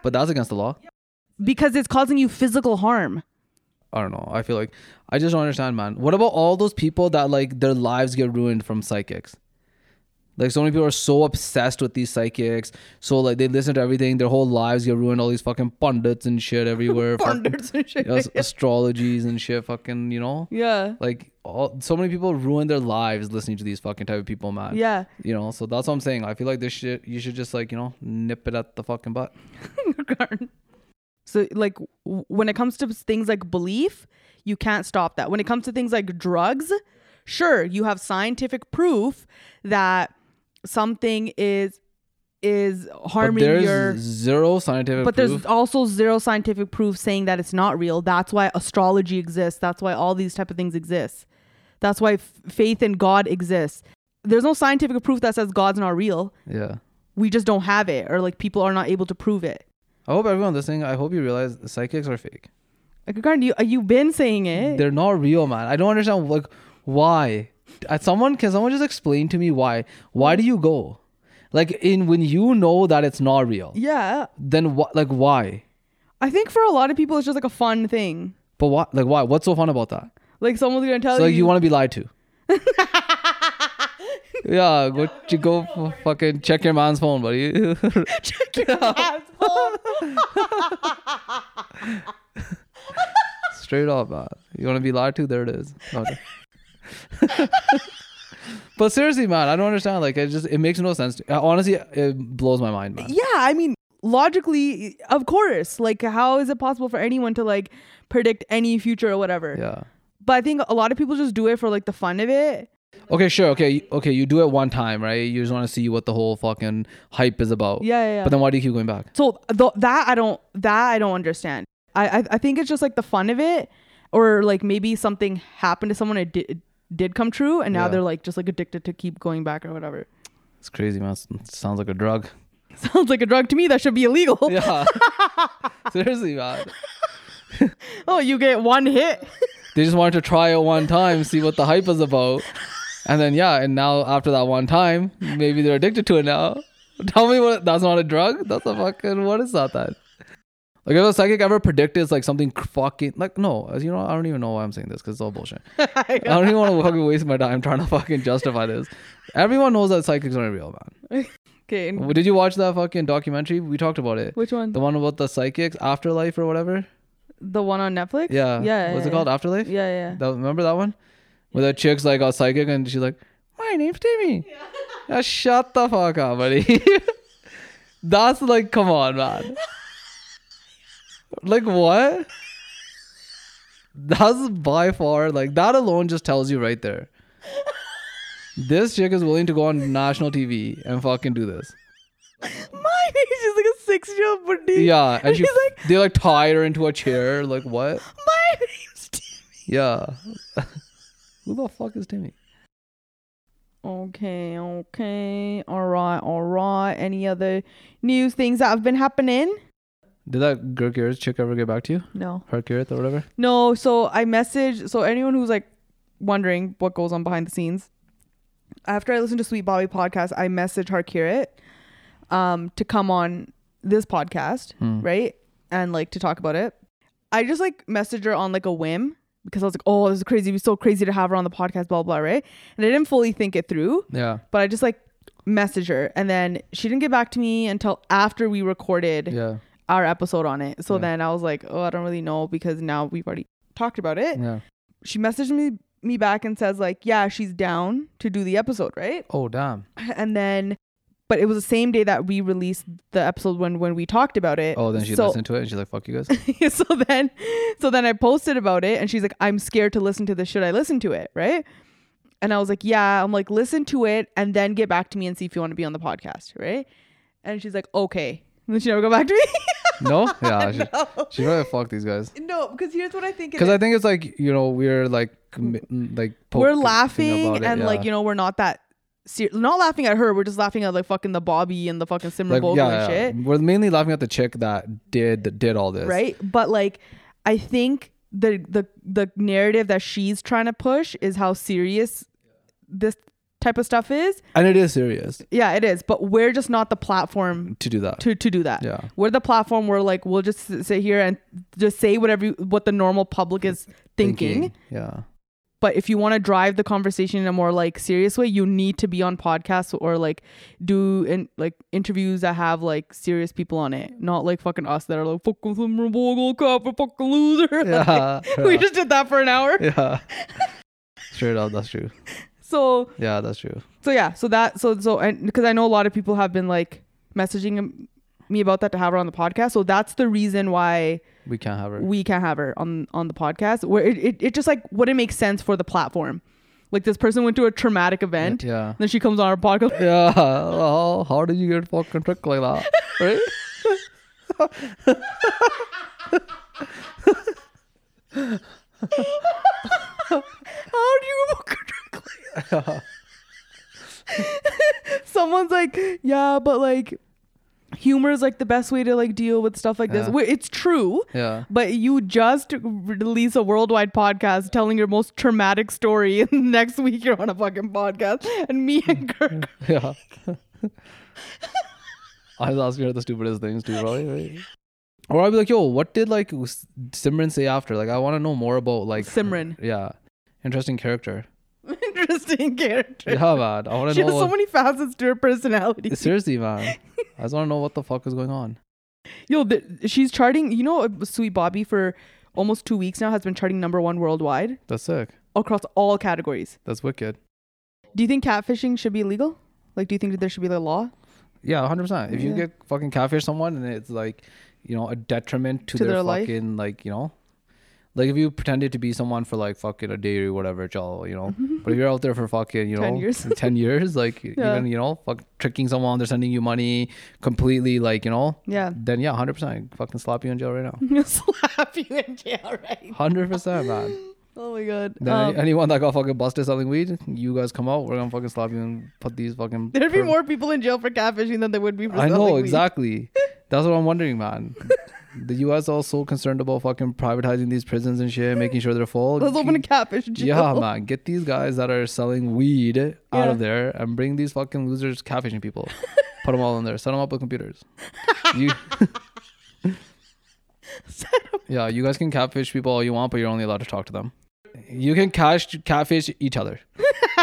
[SPEAKER 2] But that's against the law.
[SPEAKER 1] Because it's causing you physical harm.
[SPEAKER 2] I don't know. I feel like I just don't understand, man. What about all those people that like their lives get ruined from psychics? Like so many people are so obsessed with these psychics. So like they listen to everything. Their whole lives get ruined. All these fucking pundits and shit everywhere. fuck-
[SPEAKER 1] Pundits and shit.
[SPEAKER 2] you know, astrologies and shit. Fucking you know.
[SPEAKER 1] Yeah.
[SPEAKER 2] Like all, so many people ruin their lives listening to these fucking type of people, man.
[SPEAKER 1] Yeah.
[SPEAKER 2] You know, so that's what I'm saying. I feel like this shit, you should just like, you know, nip it at the fucking butt.
[SPEAKER 1] kindergarten. So, like, w- when it comes to things like belief, you can't stop that. When it comes to things like drugs, sure, you have scientific proof that something is is
[SPEAKER 2] But
[SPEAKER 1] harming
[SPEAKER 2] there's
[SPEAKER 1] your.
[SPEAKER 2] zero scientific
[SPEAKER 1] But
[SPEAKER 2] proof.
[SPEAKER 1] there's also zero scientific proof saying that it's not real. That's why astrology exists. That's why all these type of things exist. That's why f- faith in God exists. There's no scientific proof that says God's not real.
[SPEAKER 2] yeah.
[SPEAKER 1] We just don't have it, or like people are not able to prove it.
[SPEAKER 2] I hope everyone listening, I hope you realize the psychics are fake.
[SPEAKER 1] Like, Garden, you uh, you've been saying it.
[SPEAKER 2] They're not real, man. I don't understand like why. Uh, Someone can someone just explain to me why? Why do you go? Like in when you know that it's not real,
[SPEAKER 1] yeah,
[SPEAKER 2] then what? Like why?
[SPEAKER 1] I think for a lot of people, it's just like a fun thing.
[SPEAKER 2] But why? Like why? What's so fun about that?
[SPEAKER 1] Like someone's gonna tell
[SPEAKER 2] So like
[SPEAKER 1] Oh, you,
[SPEAKER 2] you want to be lied to. yeah, go you go f- fucking check your man's phone, buddy.
[SPEAKER 1] check your ass phone.
[SPEAKER 2] Straight up, man. You want to be lied to? There it is. No, no. but seriously, man, I don't understand. Like, it just it makes no sense. To, uh, honestly, it blows my mind, man.
[SPEAKER 1] Yeah, I mean, logically, of course. Like, how is it possible for anyone to like predict any future or whatever?
[SPEAKER 2] Yeah.
[SPEAKER 1] But I think a lot of people just do it for like the fun of it.
[SPEAKER 2] Okay, sure. Okay, you- okay. You do it one time, right? You just want to see what the whole fucking hype is about.
[SPEAKER 1] Yeah, yeah, yeah.
[SPEAKER 2] But then why do you keep going back?
[SPEAKER 1] So th- that I don't that I don't understand. I, I I think it's just like the fun of it, or like maybe something happened to someone it did it did come true, and now
[SPEAKER 2] Yeah.
[SPEAKER 1] they're like just like addicted to keep going back or whatever.
[SPEAKER 2] It's crazy, man. It's- It sounds like a drug.
[SPEAKER 1] Sounds like a drug to me that should be illegal.
[SPEAKER 2] Yeah. seriously, man.
[SPEAKER 1] Oh, you get one hit.
[SPEAKER 2] They just wanted to try it one time, see what the hype is about, and then yeah. And now after that one time, maybe they're addicted to it now. Tell me what that's not a drug. That's a fucking what is that then? Like if a psychic ever predicted like something cr- fucking like no, as you know, I don't even know why I'm saying this because it's all bullshit. I don't even want to fucking waste my time trying to fucking justify this. Everyone knows that psychics aren't real, man.
[SPEAKER 1] okay. and-
[SPEAKER 2] Well, Did you watch that fucking documentary? We talked about it.
[SPEAKER 1] Which one?
[SPEAKER 2] The
[SPEAKER 1] The,
[SPEAKER 2] one about the psychics, afterlife or whatever.
[SPEAKER 1] one on Netflix?
[SPEAKER 2] Yeah.
[SPEAKER 1] Yeah.
[SPEAKER 2] What's
[SPEAKER 1] yeah,
[SPEAKER 2] it called? Afterlife.
[SPEAKER 1] Yeah, yeah.
[SPEAKER 2] That, remember that one? Where that chick's like all psychic and she's like, My name's Timmy. Yeah. shut the fuck up, buddy. That's like, come on, man. like what? That's by far like that alone just tells you right there. this chick is willing to go on national TV and fucking do this.
[SPEAKER 1] My name's just like a six year old buddy.
[SPEAKER 2] Yeah. And she,
[SPEAKER 1] she's like,
[SPEAKER 2] they like tie her into a chair. Like what?
[SPEAKER 1] My name's Timmy.
[SPEAKER 2] Yeah. Who the fuck is Timmy?
[SPEAKER 1] Okay, okay. All right, all right. Any other news things that have been happening?
[SPEAKER 2] Did that Gurkiris chick ever get back to you?
[SPEAKER 1] No.
[SPEAKER 2] Her Kirith or whatever?
[SPEAKER 1] No, so I messaged so anyone who's like wondering what goes on behind the scenes, after I listened to Sweet Bobby podcast, I messaged Harkirit um to come on this podcast, right? And like to talk about it. I just like messaged her on like a whim because I was like, Oh, this is crazy. It'd be so crazy to have her on the podcast, blah blah, right? And I didn't fully think it through
[SPEAKER 2] Yeah.
[SPEAKER 1] but I just like message her and then she didn't get back to me until after we recorded
[SPEAKER 2] Yeah.
[SPEAKER 1] our episode on it. So
[SPEAKER 2] Yeah.
[SPEAKER 1] then I was like, oh, I don't really know because now we've already talked about it.
[SPEAKER 2] Yeah.
[SPEAKER 1] She messaged me me back and says like, yeah, she's down to do the episode, right?
[SPEAKER 2] Oh damn.
[SPEAKER 1] And then but it was the same day that we released the episode when when we talked about it.
[SPEAKER 2] Oh, then she
[SPEAKER 1] so,
[SPEAKER 2] listened to it and she's like, "Fuck you guys."
[SPEAKER 1] so then so then I posted about it and she's like, I'm scared to listen to this. Should I listen to it? Right. And I was like, Yeah, I'm like, listen to it and then get back to me and see if you want to be on the podcast, right? And she's like, Okay. And then she never got back to me.
[SPEAKER 2] no. Yeah. She,
[SPEAKER 1] No.
[SPEAKER 2] she probably fucked these guys.
[SPEAKER 1] no, because here's what I think it
[SPEAKER 2] Because
[SPEAKER 1] is.
[SPEAKER 2] I think it's like you know we're like m- m- like
[SPEAKER 1] we're laughing and like, you know, we're not that ser- not laughing at her, we're just laughing at like fucking the Bobby and the fucking Simran Bogel and shit.
[SPEAKER 2] We're mainly laughing at the chick that did that did all this.
[SPEAKER 1] right but like i think the the the narrative that she's trying to push is how serious this type of stuff is
[SPEAKER 2] And it is serious
[SPEAKER 1] yeah it is but we're just not the platform
[SPEAKER 2] to do that.
[SPEAKER 1] to to do that
[SPEAKER 2] Yeah.
[SPEAKER 1] we're the platform where like we'll just s- sit here and just say whatever you- what the normal public is thinking,
[SPEAKER 2] Yeah.
[SPEAKER 1] But if you want to drive the conversation in a more like serious way, you need to be on podcasts or like do and like interviews that have like serious people on it, not like fucking us that are like fucking some rebogle cop, a fucking loser. Like,
[SPEAKER 2] Yeah,
[SPEAKER 1] we
[SPEAKER 2] yeah.
[SPEAKER 1] just did that for an hour.
[SPEAKER 2] Yeah. Straight up, that's true.
[SPEAKER 1] So
[SPEAKER 2] Yeah, that's true.
[SPEAKER 1] so yeah, so that so so and because I know a lot of people have been like messaging me about that to have her on the podcast. So that's the reason why
[SPEAKER 2] We can't have her.
[SPEAKER 1] we can have her on on the podcast where it, it, it just like wouldn't make sense for the platform like this person went to a traumatic event
[SPEAKER 2] yeah.
[SPEAKER 1] then she comes on our podcast
[SPEAKER 2] Yeah. How, how did you get fucking tricked like that? Right?
[SPEAKER 1] how do you walk a drunk like that? someone's like yeah but like humor is like the best way to like deal with stuff like this
[SPEAKER 2] Yeah.
[SPEAKER 1] Wh- it's true
[SPEAKER 2] Yeah.
[SPEAKER 1] but you just release a worldwide podcast telling your most traumatic story and next week you're on a fucking podcast and me
[SPEAKER 2] Mm.
[SPEAKER 1] and kirk
[SPEAKER 2] Yeah. I was asking her the stupidest things too, probably. Right? Or I'd be like, yo, what did like S- Simran say after? Like, I want to know more about like
[SPEAKER 1] Simran.
[SPEAKER 2] Yeah. Interesting character.
[SPEAKER 1] interesting character
[SPEAKER 2] Yeah, man. I want
[SPEAKER 1] She
[SPEAKER 2] to know.
[SPEAKER 1] has so many facets to her personality.
[SPEAKER 2] Seriously, man. I just want to know what the fuck is going on.
[SPEAKER 1] Yo, th- she's charting. You know, uh, Sweet Bobby for almost two weeks now has been charting number one worldwide
[SPEAKER 2] That's sick.
[SPEAKER 1] across all categories.
[SPEAKER 2] That's wicked.
[SPEAKER 1] Do you think catfishing should be illegal? Like, do you think that there should be a law
[SPEAKER 2] Yeah, hundred percent. If you
[SPEAKER 1] Yeah.
[SPEAKER 2] get fucking catfish someone and it's like, you know, a detriment to,
[SPEAKER 1] To
[SPEAKER 2] their,
[SPEAKER 1] their life.
[SPEAKER 2] fucking like, you know, like if you pretended to be someone for like fucking a day or whatever, y'all, you know. but if you're out there for fucking, you know,
[SPEAKER 1] 10 years.
[SPEAKER 2] ten years, like
[SPEAKER 1] Yeah.
[SPEAKER 2] even you know, fuck tricking someone, they're sending you money completely, like you know.
[SPEAKER 1] Yeah.
[SPEAKER 2] Then yeah, hundred percent, fucking slap you in jail right now.
[SPEAKER 1] slap you in jail, right?
[SPEAKER 2] Hundred percent, man.
[SPEAKER 1] Oh my god.
[SPEAKER 2] Then any-
[SPEAKER 1] Um,
[SPEAKER 2] anyone that got fucking busted selling weed, you guys come out, we're gonna fucking slap you and put these fucking.
[SPEAKER 1] there'd be
[SPEAKER 2] perm-
[SPEAKER 1] more people in jail for catfishing than there would be for
[SPEAKER 2] I
[SPEAKER 1] selling
[SPEAKER 2] know
[SPEAKER 1] weed.
[SPEAKER 2] exactly. That's what I'm wondering, man. the U.S. also concerned about fucking privatizing these prisons and shit, making sure they're full.
[SPEAKER 1] Let's open a catfish jail.
[SPEAKER 2] yeah, man. Get these guys that are selling weed out of
[SPEAKER 1] Yeah.
[SPEAKER 2] there and bring these fucking losers catfishing people. Put them all in there. Set them up with computers. You, yeah, you guys can catfish people all you want, but you're only allowed to talk to them. You can cash catfish each other,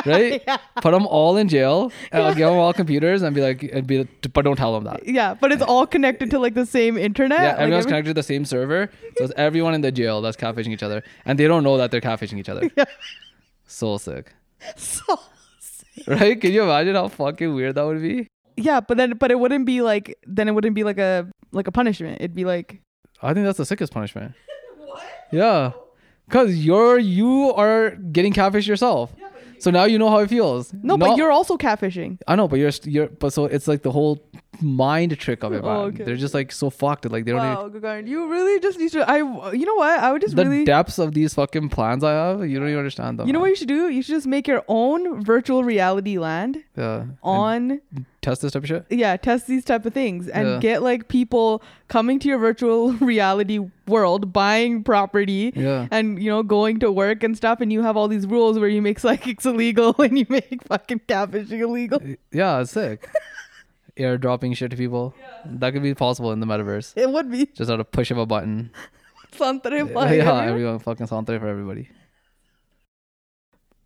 [SPEAKER 2] right? Put them all in jail and I'll give them all computers and be like, and be, but don't tell them that.
[SPEAKER 1] Yeah, but it's all connected to like the same internet.
[SPEAKER 2] Yeah,
[SPEAKER 1] Like,
[SPEAKER 2] everyone's
[SPEAKER 1] every-
[SPEAKER 2] connected to the same server. So it's everyone in the jail that's catfishing each other. And they don't know that they're catfishing each other.
[SPEAKER 1] Yeah.
[SPEAKER 2] So sick.
[SPEAKER 1] So-
[SPEAKER 2] Right? Can you imagine how fucking weird that would be?
[SPEAKER 1] Yeah, but then but it wouldn't be like then it wouldn't be like a like a punishment. It'd be like
[SPEAKER 2] I think that's the sickest punishment. What? Yeah. Cause you're you are getting catfished yourself. so now you know how it feels.
[SPEAKER 1] no, but you're also catfishing.
[SPEAKER 2] I know, but you're st- you're but so it's like the whole mind trick of it,
[SPEAKER 1] Oh,
[SPEAKER 2] man.
[SPEAKER 1] okay.
[SPEAKER 2] They're just like so fucked. Like they don't even
[SPEAKER 1] Wow, Gagarin, you really just need to. I you know what? I would just
[SPEAKER 2] the
[SPEAKER 1] really.
[SPEAKER 2] depths of these fucking plans I have. You don't even understand them.
[SPEAKER 1] you know what
[SPEAKER 2] man.
[SPEAKER 1] you should do? You should just make your own virtual reality land
[SPEAKER 2] Yeah. And
[SPEAKER 1] on
[SPEAKER 2] test this type of shit.
[SPEAKER 1] yeah test these type of things and
[SPEAKER 2] Yeah.
[SPEAKER 1] get like people coming to your virtual reality world buying property
[SPEAKER 2] Yeah.
[SPEAKER 1] and you know going to work and stuff and you have all these rules where you make psychics illegal and you make fucking catfishing illegal
[SPEAKER 2] Yeah, it's sick. Airdropping shit to people. That could be possible in the metaverse.
[SPEAKER 1] it would be
[SPEAKER 2] Just out of push of a button.
[SPEAKER 1] something
[SPEAKER 2] yeah, everyone fucking Santre for everybody.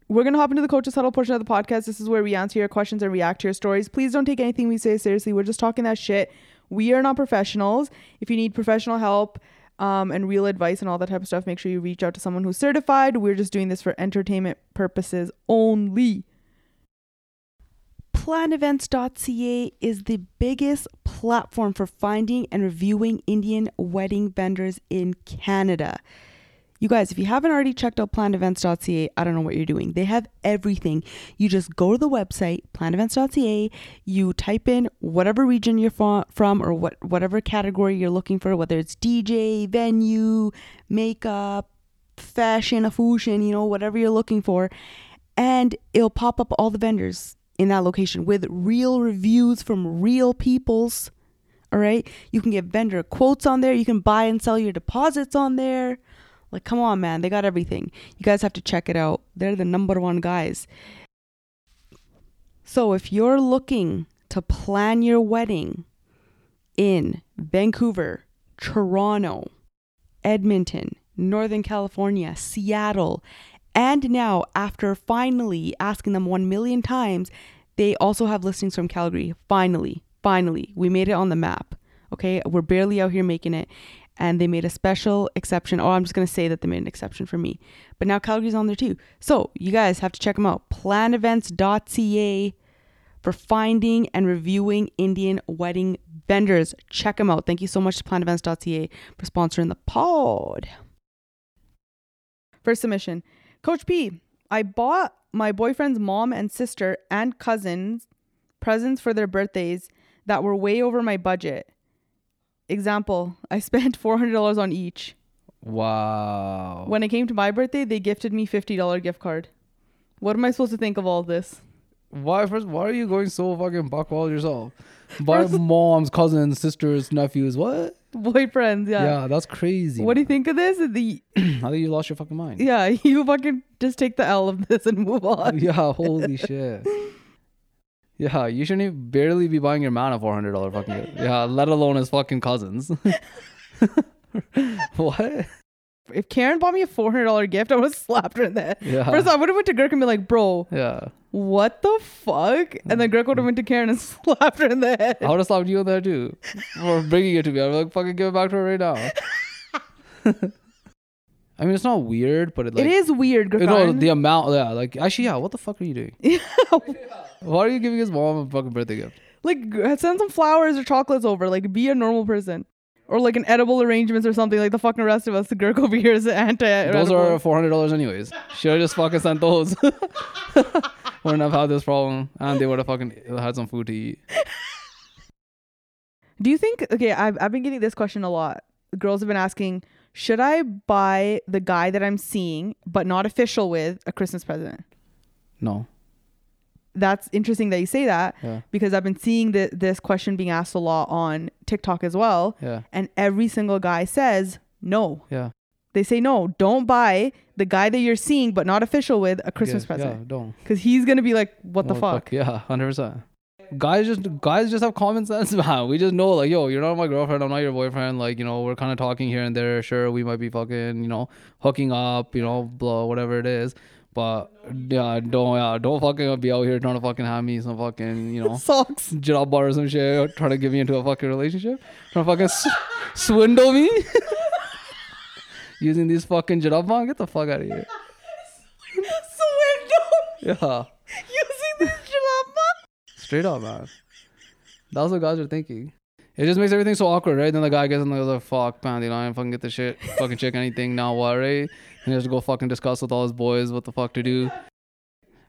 [SPEAKER 1] We're going to hop into the coach's huddle portion of the podcast. This is where we answer your questions and react to your stories. Please don't take anything we say seriously. We're just talking that shit. We are not professionals. If you need professional help um, and real advice and all that type of stuff, make sure you reach out to someone who's certified. We're just doing this for entertainment purposes only.
[SPEAKER 4] planevents.ca is the biggest platform for finding and reviewing Indian wedding vendors in Canada. You guys, if you haven't already checked out planevents.ca, I don't know what you're doing. They have everything. You just go to the website, planevents.ca, you type in whatever region you're fro- from or what whatever category you're looking for, whether it's DJ, venue, makeup, fashion, a fusion, you know, whatever you're looking for, and it'll pop up all the vendors in that location with real reviews from real peoples. All right. You can get vendor quotes on there. You can buy and sell your deposits on there. Like, come on, man. They got everything. You guys have to check it out. They're the number one guys. So, if you're looking to plan your wedding in Vancouver, Toronto, Edmonton, Northern California, Seattle,
[SPEAKER 1] And now, after finally asking them 1 million times, they also have listings from Calgary. Finally, finally, we made it on the map. Okay, we're barely out here making it. And they made a special exception. Oh, I'm just going to say that they made an exception for me. But now Calgary's on there too. So you guys have to check them out. Planevents.ca for finding and reviewing Indian wedding vendors. Check them out. Thank you so much to planevents.ca for sponsoring the pod. First submission Coach P, I bought my boyfriend's mom and sister and cousins presents for their birthdays that were way over my budget. Example, I spent $400 on each.
[SPEAKER 2] Wow.
[SPEAKER 1] When it came to my birthday, they gifted me $50 gift card. What am I supposed to think of all this?
[SPEAKER 2] Why first? Why are you going so fucking buckwall yourself? By moms, cousins, sisters, nephews. What?
[SPEAKER 1] Boyfriends, yeah.
[SPEAKER 2] Yeah, that's crazy.
[SPEAKER 1] What do you think of this? The
[SPEAKER 2] I think you lost your fucking mind.
[SPEAKER 1] yeah, you fucking just take the L of this and move on.
[SPEAKER 2] Yeah, holy shit. Yeah, you shouldn't even barely be buying your man a four hundred dollar fucking gift. Yeah, let alone his fucking cousins. what?
[SPEAKER 1] If Karen bought me a four hundred dollar gift, I would have slapped her in the head.
[SPEAKER 2] Yeah.
[SPEAKER 1] First, I would have went to Girk and be like, "Bro,
[SPEAKER 2] Yeah,
[SPEAKER 1] what the fuck?" And then Girk would
[SPEAKER 2] Mm.
[SPEAKER 1] have went to Karen and slapped her in the head.
[SPEAKER 2] I would have slapped you on there too for bringing it to me. I'm like, fucking give it back to her right now. I mean, it's not weird, but it like
[SPEAKER 1] it is weird, Girk.
[SPEAKER 2] You know the amount, yeah. Like, actually, yeah. What the fuck are you doing? Why are you giving his mom a fucking birthday gift?
[SPEAKER 1] like g- send some flowers or chocolates over. Like, be a normal person, or like an edible arrangements or something. Like the fucking rest of us, the Girk over here is anti.
[SPEAKER 2] Those are four hundred dollars anyways. Should have just fucking sent those. Wouldn't have had this problem, and they would have fucking had some food to eat.
[SPEAKER 1] Do you think okay, I've I've been getting this question a lot. Girls have been asking, should I buy the guy that I'm seeing, but not official with, a Christmas present?
[SPEAKER 2] No.
[SPEAKER 1] That's interesting that you say that
[SPEAKER 2] Yeah.
[SPEAKER 1] because I've been seeing th- this question being asked a lot on TikTok as well.
[SPEAKER 2] Yeah.
[SPEAKER 1] And every single guy says no.
[SPEAKER 2] Yeah.
[SPEAKER 1] They say no, don't buy the guy that you're seeing but not official with a Christmas
[SPEAKER 2] yeah, Yeah.
[SPEAKER 1] present.
[SPEAKER 2] Don't.
[SPEAKER 1] Because he's gonna be like, what the fuck?
[SPEAKER 2] Oh, Yeah. Hundred percent. Guys just guys just have common sense, man. We just know like, yo, you're not my girlfriend, I'm not your boyfriend. Like, you know, we're kind of talking here and there. Sure, we might be fucking, you know, hooking up, you know, blah, whatever it is. But yeah, don't yeah, don't fucking be out here trying to fucking have me some fucking, you know.
[SPEAKER 1] Socks.
[SPEAKER 2] job bar or some shit, or trying to get me into a fucking relationship, trying to fucking s- swindle me using these fucking job bar. Get the fuck out of here.
[SPEAKER 1] Swindle.
[SPEAKER 2] Yeah,
[SPEAKER 1] Using this jalapa.
[SPEAKER 2] straight up, man. That's what guys are thinking. It just makes everything so awkward, right? Then the guy gets in there, like, fuck, man, you know, I didn't fucking get the shit, fucking check anything, now what, right? And he has to go fucking discuss with all his boys what the fuck to do.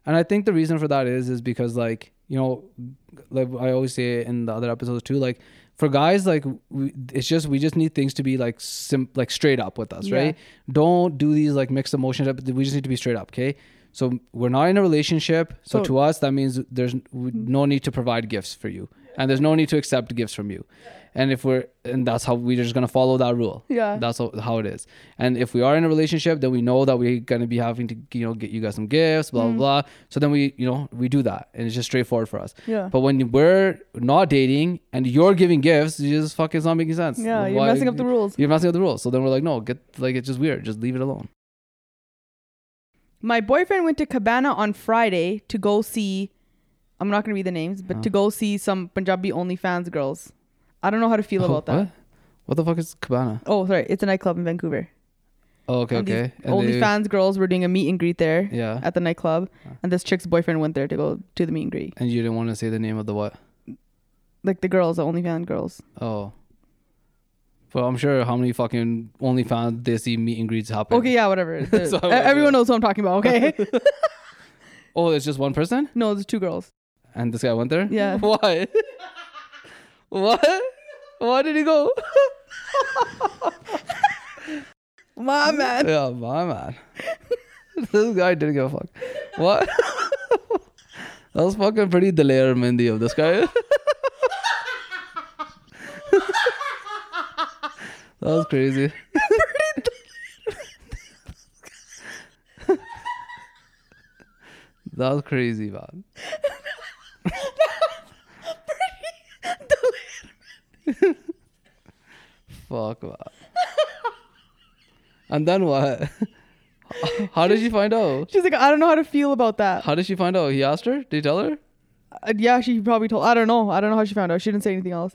[SPEAKER 2] And I think the reason for that is is because like you know, like I always say in the other episodes too, like for guys like we, it's just we just need things to be like sim like straight up with us,
[SPEAKER 1] Yeah.
[SPEAKER 2] right? Don't do these like mixed emotions. up. We just need to be straight up, okay? So we're not in a relationship. So,
[SPEAKER 1] So- Mm-hmm.
[SPEAKER 2] to us, that means there's n- w- no need to provide gifts for you, and there's no need to accept gifts from you. And if we're and that's how we're just gonna follow that rule.
[SPEAKER 1] Yeah.
[SPEAKER 2] That's how, how it is. And if we are in a relationship, then we know that we're gonna be having to, you know, get you guys some gifts, blah
[SPEAKER 1] Mm.
[SPEAKER 2] blah blah. So then we, you know, we do that, and it's just straightforward for us.
[SPEAKER 1] Yeah.
[SPEAKER 2] But when we're not dating and you're giving gifts, you just fuck it's not making sense.
[SPEAKER 1] Yeah, you're messing up the rules.
[SPEAKER 2] You're messing up the rules. So then we're like, no, get like it's just weird. Just leave it alone.
[SPEAKER 1] My boyfriend went to Cabana on Friday to go see. I'm not going to read the names, but to go see some Punjabi OnlyFans girls. I don't know how to feel about that.
[SPEAKER 2] Oh, What? What the fuck is cabana?
[SPEAKER 1] Oh, sorry, it's a nightclub in Vancouver.
[SPEAKER 2] Oh, okay,
[SPEAKER 1] And these
[SPEAKER 2] okay. And they-
[SPEAKER 1] OnlyFans girls were doing a meet and greet there
[SPEAKER 2] Yeah.
[SPEAKER 1] at the nightclub, and this chick's boyfriend went there to go do the meet and greet.
[SPEAKER 2] And you didn't want to say the name of the what?
[SPEAKER 1] Like the girls, the OnlyFans girls.
[SPEAKER 2] Oh. But I'm sure how many fucking OnlyFans they see meet and greets happen.
[SPEAKER 1] Okay, yeah, whatever. The-
[SPEAKER 2] So I
[SPEAKER 1] e-
[SPEAKER 2] went
[SPEAKER 1] everyone knows who I'm talking about. Okay,
[SPEAKER 2] Oh, it's just one person?
[SPEAKER 1] no, there's two girls.
[SPEAKER 2] And this guy went there?
[SPEAKER 1] Yeah.
[SPEAKER 2] Why? what? Why did he go?
[SPEAKER 1] My man.
[SPEAKER 2] yeah, my man. this guy didn't give a fuck. What? that was fucking pretty delayed Mindy of this guy. that was crazy. that was crazy, man. Fuck, man. And then what? How did she find out?
[SPEAKER 1] She's like, I don't know how to feel about that.
[SPEAKER 2] How did she find out? He asked her? Did he tell her?
[SPEAKER 1] Uh, yeah, she probably told. I don't know. I don't know how she found out. She didn't say anything else.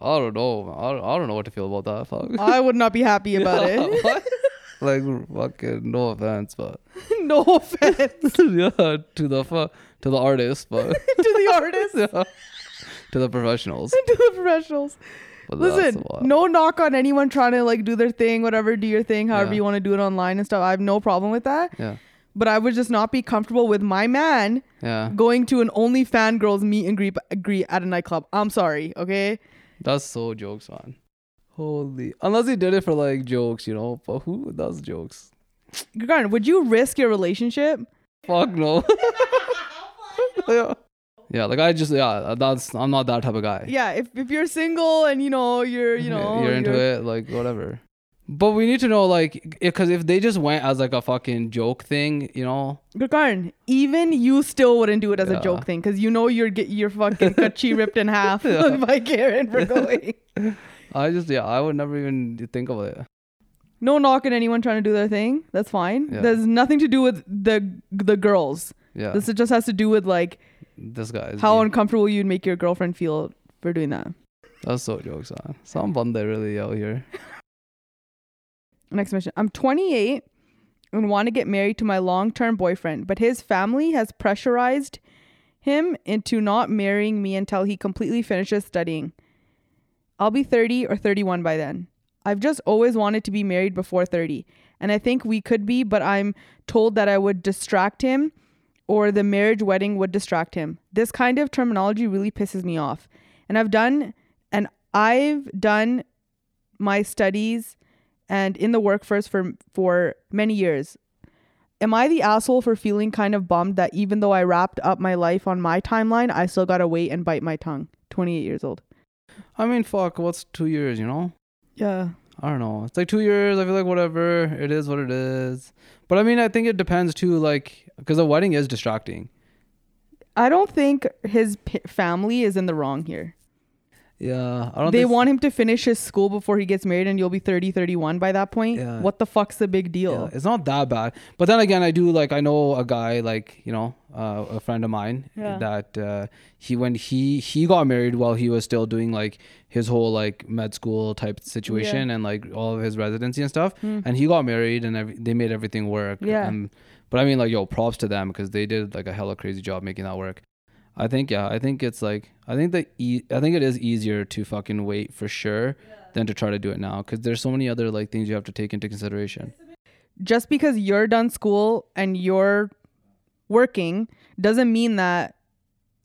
[SPEAKER 2] I don't know. I don't, I don't know what to feel about that. Fuck.
[SPEAKER 1] I would not be happy about it.
[SPEAKER 2] What? like, fucking, no offense, but.
[SPEAKER 1] no offense
[SPEAKER 2] yeah, to the fu- to the artist, but.
[SPEAKER 1] to the artists,
[SPEAKER 2] yeah. To the professionals.
[SPEAKER 1] to the professionals.
[SPEAKER 2] But that's
[SPEAKER 1] Listen,
[SPEAKER 2] wild.
[SPEAKER 1] no knock on anyone trying to like do their thing, whatever, do your thing, however
[SPEAKER 2] Yeah.
[SPEAKER 1] you want to do it online and stuff. I have no problem with that.
[SPEAKER 2] Yeah.
[SPEAKER 1] But I would just not be comfortable with my man
[SPEAKER 2] Yeah.
[SPEAKER 1] going to an only fan girls meet and greet, greet at a nightclub. I'm sorry, okay?
[SPEAKER 2] That's so jokes, man. Holy. Unless he did it for like jokes, you know. But who? That's jokes.
[SPEAKER 1] Granted, would you risk your relationship?
[SPEAKER 2] Fuck no. yeah. Yeah, like I just yeah, that's I'm not that type of guy.
[SPEAKER 1] Yeah, if, if you're single and you know you're you
[SPEAKER 2] Yeah,
[SPEAKER 1] know
[SPEAKER 2] you're into it, like whatever. But we need to know, like, because if they just went as like a fucking joke thing, you know,
[SPEAKER 1] Gurkarn, even you still wouldn't do it as
[SPEAKER 2] Yeah.
[SPEAKER 1] a joke thing because you know you're get your fucking kachi ripped in half
[SPEAKER 2] Yeah.
[SPEAKER 1] by Karen for going.
[SPEAKER 2] I just yeah, I would never even think of it.
[SPEAKER 1] no knock on anyone trying to do their thing. That's fine.
[SPEAKER 2] Yeah.
[SPEAKER 1] There's nothing to do with the the girls.
[SPEAKER 2] Yeah,
[SPEAKER 1] This just has to do with like
[SPEAKER 2] this guy. Is
[SPEAKER 1] how
[SPEAKER 2] being-
[SPEAKER 1] uncomfortable you'd make your girlfriend feel for doing that.
[SPEAKER 2] That's so jokes, man. Some bande really out here.
[SPEAKER 1] Next mission. I'm 28 and want to get married to my long-term boyfriend, but his family has pressurized him into not marrying me until he completely finishes studying. I'll be 30 or 31 by then. I've just always wanted to be married before 30, and I think we could be, but I'm told that I would distract him or the marriage wedding would distract him. This kind of terminology really pisses me off. And I've done and I've done my studies and in the workforce for for many years. Am I the asshole for feeling kind of bummed that even though I wrapped up my life on my timeline, I still gotta wait and bite my tongue? 28 years old.
[SPEAKER 2] I mean, fuck, what's two years, you know?
[SPEAKER 1] Yeah.
[SPEAKER 2] I don't know. It's like two years. I feel like whatever. It is what it is. But I mean, I think it depends too, like, because a wedding is distracting.
[SPEAKER 1] I don't think his p- family is in the wrong here.
[SPEAKER 2] Yeah, I don't.
[SPEAKER 1] They
[SPEAKER 2] think,
[SPEAKER 1] want him to finish his school before he gets married, and you'll be 30, 31 by that point.
[SPEAKER 2] Yeah.
[SPEAKER 1] What the fuck's the big deal?
[SPEAKER 2] Yeah, it's not that bad. But then again, I do like I know a guy like you know uh, a friend of mine
[SPEAKER 1] Yeah.
[SPEAKER 2] that uh, he when he he got married while he was still doing like his whole like med school type situation and like all of his residency and stuff, and he got married and every, they made everything work.
[SPEAKER 1] Hmm. Yeah.
[SPEAKER 2] And, but I mean, like yo, props to them because they did like a hella crazy job making that work. I think yeah, I think it's like I think the e- I think it is easier to fucking wait for sure than to try to do it now because there's so many other like things you have to take into consideration.
[SPEAKER 1] just because you're done school and you're working doesn't mean that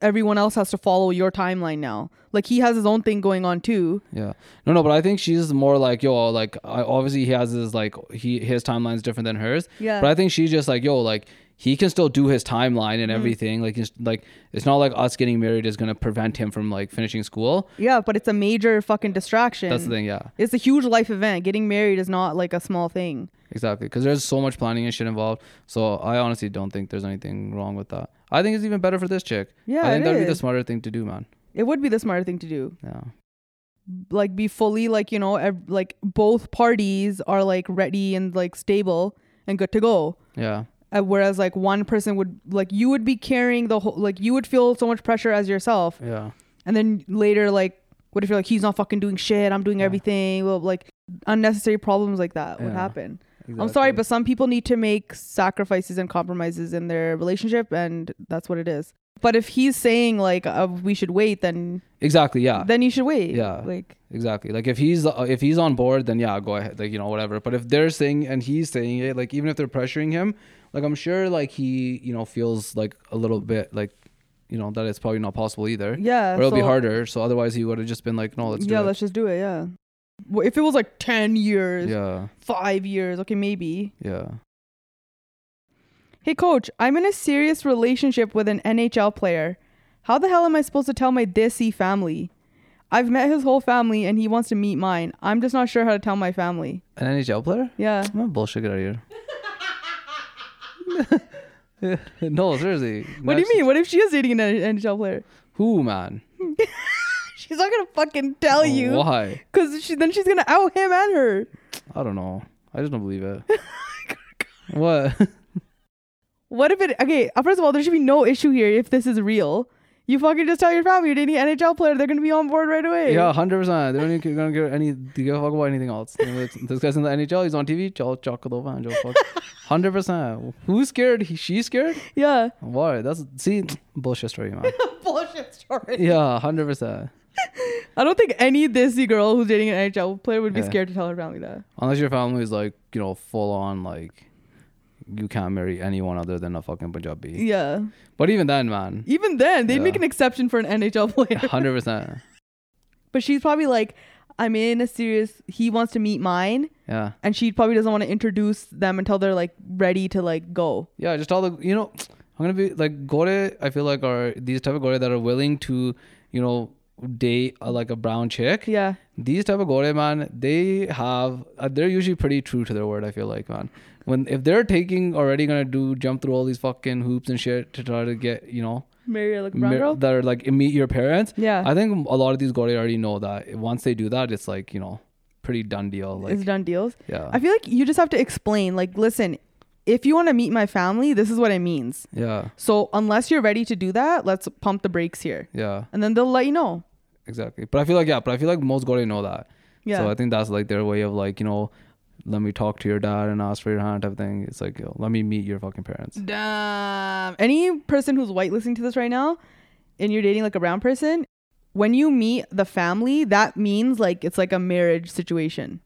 [SPEAKER 1] everyone else has to follow your timeline now. Like he has his own thing going on too.
[SPEAKER 2] Yeah. No, no, but I think she's more like, yo, like I, obviously he has his like he his timeline's different than hers.
[SPEAKER 1] Yeah.
[SPEAKER 2] But I think she's just like, yo, like he can still do his timeline
[SPEAKER 1] Mm-hmm.
[SPEAKER 2] and everything. Like it's like it's not like us getting married is gonna prevent him from like finishing school.
[SPEAKER 1] Yeah, but it's a major fucking distraction.
[SPEAKER 2] That's the thing, yeah.
[SPEAKER 1] It's a huge life event. Getting married is not like a small thing.
[SPEAKER 2] Exactly. Because there's so much planning and shit involved. So I honestly don't think there's anything wrong with that. I think it's even better for this chick.
[SPEAKER 1] Yeah,
[SPEAKER 2] I think
[SPEAKER 1] it
[SPEAKER 2] that'd be the
[SPEAKER 1] is.
[SPEAKER 2] smarter thing to do, man.
[SPEAKER 1] It would be the smarter thing to do.
[SPEAKER 2] Yeah.
[SPEAKER 1] Like be fully like, you know, ev- like both parties are like ready and like stable and good to go.
[SPEAKER 2] Yeah.
[SPEAKER 1] Uh, whereas like one person would like you would be carrying the whole like you would feel so much pressure as yourself
[SPEAKER 2] Yeah.
[SPEAKER 1] And then later, like, what if you're like, he's not fucking doing shit, I'm doing
[SPEAKER 2] Yeah.
[SPEAKER 1] everything. Well, like, unnecessary problems like that would
[SPEAKER 2] Yeah,
[SPEAKER 1] happen. I'm sorry, but some people need to make sacrifices and compromises in their relationship, and that's what it is. But if he's saying like uh, we should wait, then
[SPEAKER 2] Exactly, yeah.
[SPEAKER 1] then you should wait.
[SPEAKER 2] Uh, Yeah.
[SPEAKER 1] Like
[SPEAKER 2] Exactly. Like if he's uh, if he's on board, then yeah, go ahead. Like you know whatever. But if they're saying and he's saying it, like even if they're pressuring him, like I'm sure like he you know feels like a little bit like you know that it's probably not possible either.
[SPEAKER 1] yeah.
[SPEAKER 2] Or it'll be
[SPEAKER 1] so-
[SPEAKER 2] harder. So otherwise he would have just been like, no, let's
[SPEAKER 1] yeah,
[SPEAKER 2] do
[SPEAKER 1] let's just do it. Yeah. Well, if it was like ten
[SPEAKER 2] it.
[SPEAKER 1] years,
[SPEAKER 2] Yeah.
[SPEAKER 1] five years, okay, maybe.
[SPEAKER 2] Yeah.
[SPEAKER 1] Hey, coach, I'm in a serious relationship with an NHL player. How the hell am I supposed to tell my Dissy family? I've met his whole family and he wants to meet mine. I'm just not sure how to tell my family.
[SPEAKER 2] An NHL player?
[SPEAKER 1] Yeah.
[SPEAKER 2] I'm not bullshit out here. no, seriously.
[SPEAKER 1] What do you mean? What if she is dating an NHL player?
[SPEAKER 2] Who man?
[SPEAKER 1] She's not gonna fucking tell you,
[SPEAKER 2] Why?
[SPEAKER 1] cause she, then she's gonna out him and her.
[SPEAKER 2] I don't know. I just don't believe it. What?
[SPEAKER 1] What if it? Okay, uh, first of all, there should be no issue here if this is real. You fucking just tell your family you're dating an NHL player; they're gonna be on board right away.
[SPEAKER 2] yeah, hundred percent. They're not gonna give any. They give a fuck about anything else. You know, this guy's in the NHL. He's on TV. Chal chocolate man. Hundred percent. Who's scared? He, she's scared.
[SPEAKER 1] yeah.
[SPEAKER 2] Why? That's see bullshit story, man.
[SPEAKER 1] Bullshit story.
[SPEAKER 2] Yeah, hundred percent.
[SPEAKER 1] I don't think any Disney girl who's dating an NHL player would be
[SPEAKER 2] Yeah.
[SPEAKER 1] scared to tell her family that.
[SPEAKER 2] Unless your family is like you know full on like you can't marry anyone other than a fucking Punjabi.
[SPEAKER 1] Yeah.
[SPEAKER 2] But even then, man,
[SPEAKER 1] Even then, they'd
[SPEAKER 2] Yeah.
[SPEAKER 1] make an exception for an NHL player.
[SPEAKER 2] hundred percent.
[SPEAKER 1] But she's probably like, I'm in a serious. He wants to meet mine,
[SPEAKER 2] Yeah,
[SPEAKER 1] and she probably doesn't want to introduce them until they're like ready to like go.
[SPEAKER 2] yeah. Just all the you know, I'm gonna be like gore. I feel like are these type of gore that are willing to you know date uh, like a brown chick.
[SPEAKER 1] Yeah.
[SPEAKER 2] these type of gore man they have uh, they're usually pretty true to their word i feel like man when if they're taking already gonna do jump through all these fucking hoops and shit to try to get you know
[SPEAKER 1] Marry a like brown
[SPEAKER 2] mar-
[SPEAKER 1] girl.
[SPEAKER 2] that are like meet your parents
[SPEAKER 1] Yeah.
[SPEAKER 2] i think a lot of these gore already know that once they do that it's like you know pretty done deal like
[SPEAKER 1] it's done deals.
[SPEAKER 2] yeah
[SPEAKER 1] I feel like you just have to explain. Like, listen, if you want to meet my family, this is what it means.
[SPEAKER 2] yeah
[SPEAKER 1] So unless you're ready to do that, let's pump the brakes here,
[SPEAKER 2] yeah
[SPEAKER 1] and then they'll let you know.
[SPEAKER 2] exactly but i feel like yeah but i feel like most gore know that
[SPEAKER 1] Yeah.
[SPEAKER 2] so i think that's like their way of like you know let me talk to your dad and ask for your hand type of thing it's like yo, let me meet your fucking parents
[SPEAKER 1] Damn. Any person who's white listening to this right now, and you're dating like a brown person, when you meet the family, that means like it's like a marriage situation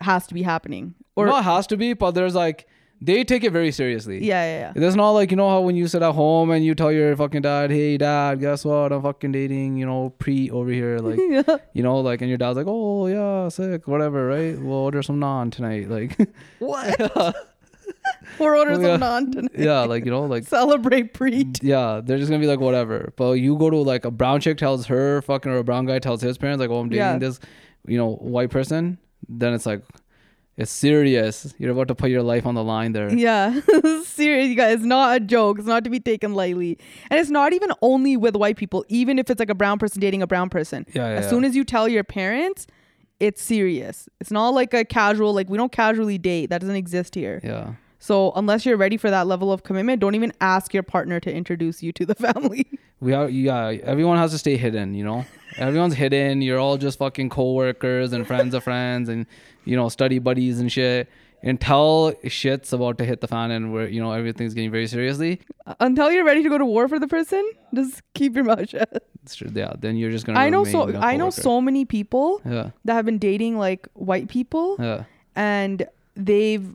[SPEAKER 1] has to be happening. Or
[SPEAKER 2] no, it has to be, but there's like they take it very seriously.
[SPEAKER 1] yeah, yeah, yeah.
[SPEAKER 2] There's not like you know how when you sit at home and you tell your fucking dad, "Hey, dad, guess what? I'm fucking dating, you know, pre over here." Like, you know, like, and your dad's like, "Oh yeah, sick, whatever, right? We'll order some naan tonight." Like,
[SPEAKER 1] What? Or orders
[SPEAKER 2] Yeah.
[SPEAKER 1] of non
[SPEAKER 2] yeah, like you know, like
[SPEAKER 1] celebrate pre.
[SPEAKER 2] yeah, they're just gonna be like whatever. But you go to like a brown chick tells her fucking or a brown guy tells his parents like, "Oh, I'm dating
[SPEAKER 1] Yeah.
[SPEAKER 2] this, you know, white person," then it's like. It's serious. You're about to put your life on the line there.
[SPEAKER 1] Yeah, serious, you guys. It's not a joke. It's not to be taken lightly, and it's not even only with white people. Even if it's like a brown person dating a brown person,
[SPEAKER 2] Yeah, yeah,
[SPEAKER 1] as
[SPEAKER 2] yeah.
[SPEAKER 1] soon as you tell your parents, it's serious. It's not like a casual. Like we don't casually date. That doesn't exist here.
[SPEAKER 2] yeah.
[SPEAKER 1] So unless you're ready for that level of commitment, don't even ask your partner to introduce you to the family.
[SPEAKER 2] we are yeah everyone has to stay hidden you know everyone's hidden you're all just fucking co-workers and friends of friends and you know study buddies and shit until shit's about to hit the fan and where you know everything's getting very seriously
[SPEAKER 1] Uh, Until you're ready to go to war for the person, just keep your mouth shut.
[SPEAKER 2] it's true, yeah then you're just gonna
[SPEAKER 1] I know
[SPEAKER 2] remain
[SPEAKER 1] so.
[SPEAKER 2] a
[SPEAKER 1] I know
[SPEAKER 2] coworker.
[SPEAKER 1] so many people
[SPEAKER 2] yeah
[SPEAKER 1] that have been dating like white people.
[SPEAKER 2] yeah
[SPEAKER 1] and they've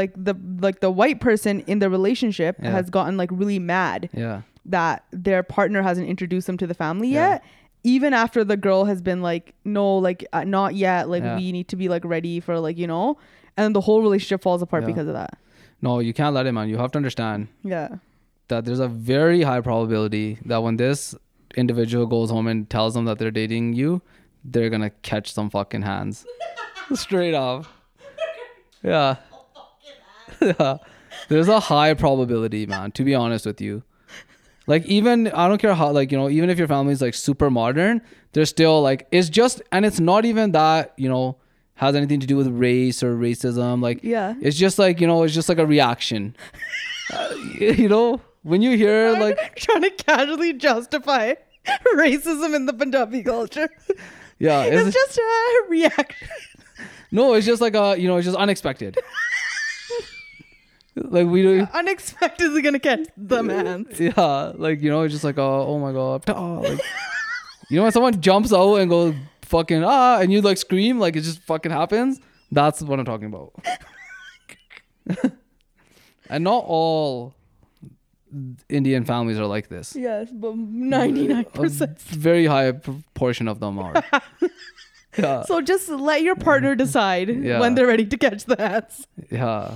[SPEAKER 1] like the like the white person in the relationship
[SPEAKER 2] Yeah.
[SPEAKER 1] has gotten like really mad
[SPEAKER 2] yeah
[SPEAKER 1] that their partner hasn't introduced them to the family
[SPEAKER 2] Yeah.
[SPEAKER 1] yet even after the girl has been like no like uh, not yet like
[SPEAKER 2] Yeah.
[SPEAKER 1] we need to be like ready for like you know and the whole relationship falls apart
[SPEAKER 2] Yeah.
[SPEAKER 1] because of that
[SPEAKER 2] no you can't let it man you have to understand
[SPEAKER 1] yeah
[SPEAKER 2] that there's a very high probability that when this individual goes home and tells them that they're dating you, they're gonna catch some fucking hands. Straight off. Yeah. yeah. There's a high probability, man, to be honest with you. Like even I don't care how like, you know, even if your family's like super modern, they're still like it's just and it's not even that, you know, has anything to do with race or racism. Like
[SPEAKER 1] Yeah.
[SPEAKER 2] It's just like, you know, it's just like a reaction you know when you hear like
[SPEAKER 1] trying to casually justify racism in the punjabi culture
[SPEAKER 2] yeah it's,
[SPEAKER 1] it's just a reaction
[SPEAKER 2] no it's just like a you know it's just unexpected like we do
[SPEAKER 1] unexpectedly gonna catch the man
[SPEAKER 2] yeah like you know it's just like oh, oh my god oh, like, you know when someone jumps out and goes fucking ah and you like scream like it just fucking happens that's what i'm talking about and not all indian families are like this
[SPEAKER 1] yes but
[SPEAKER 2] a
[SPEAKER 1] 99%
[SPEAKER 2] very high proportion of them are yeah
[SPEAKER 1] So just let your partner decide
[SPEAKER 2] Yeah.
[SPEAKER 1] when they're ready to catch the hats.
[SPEAKER 2] Yeah.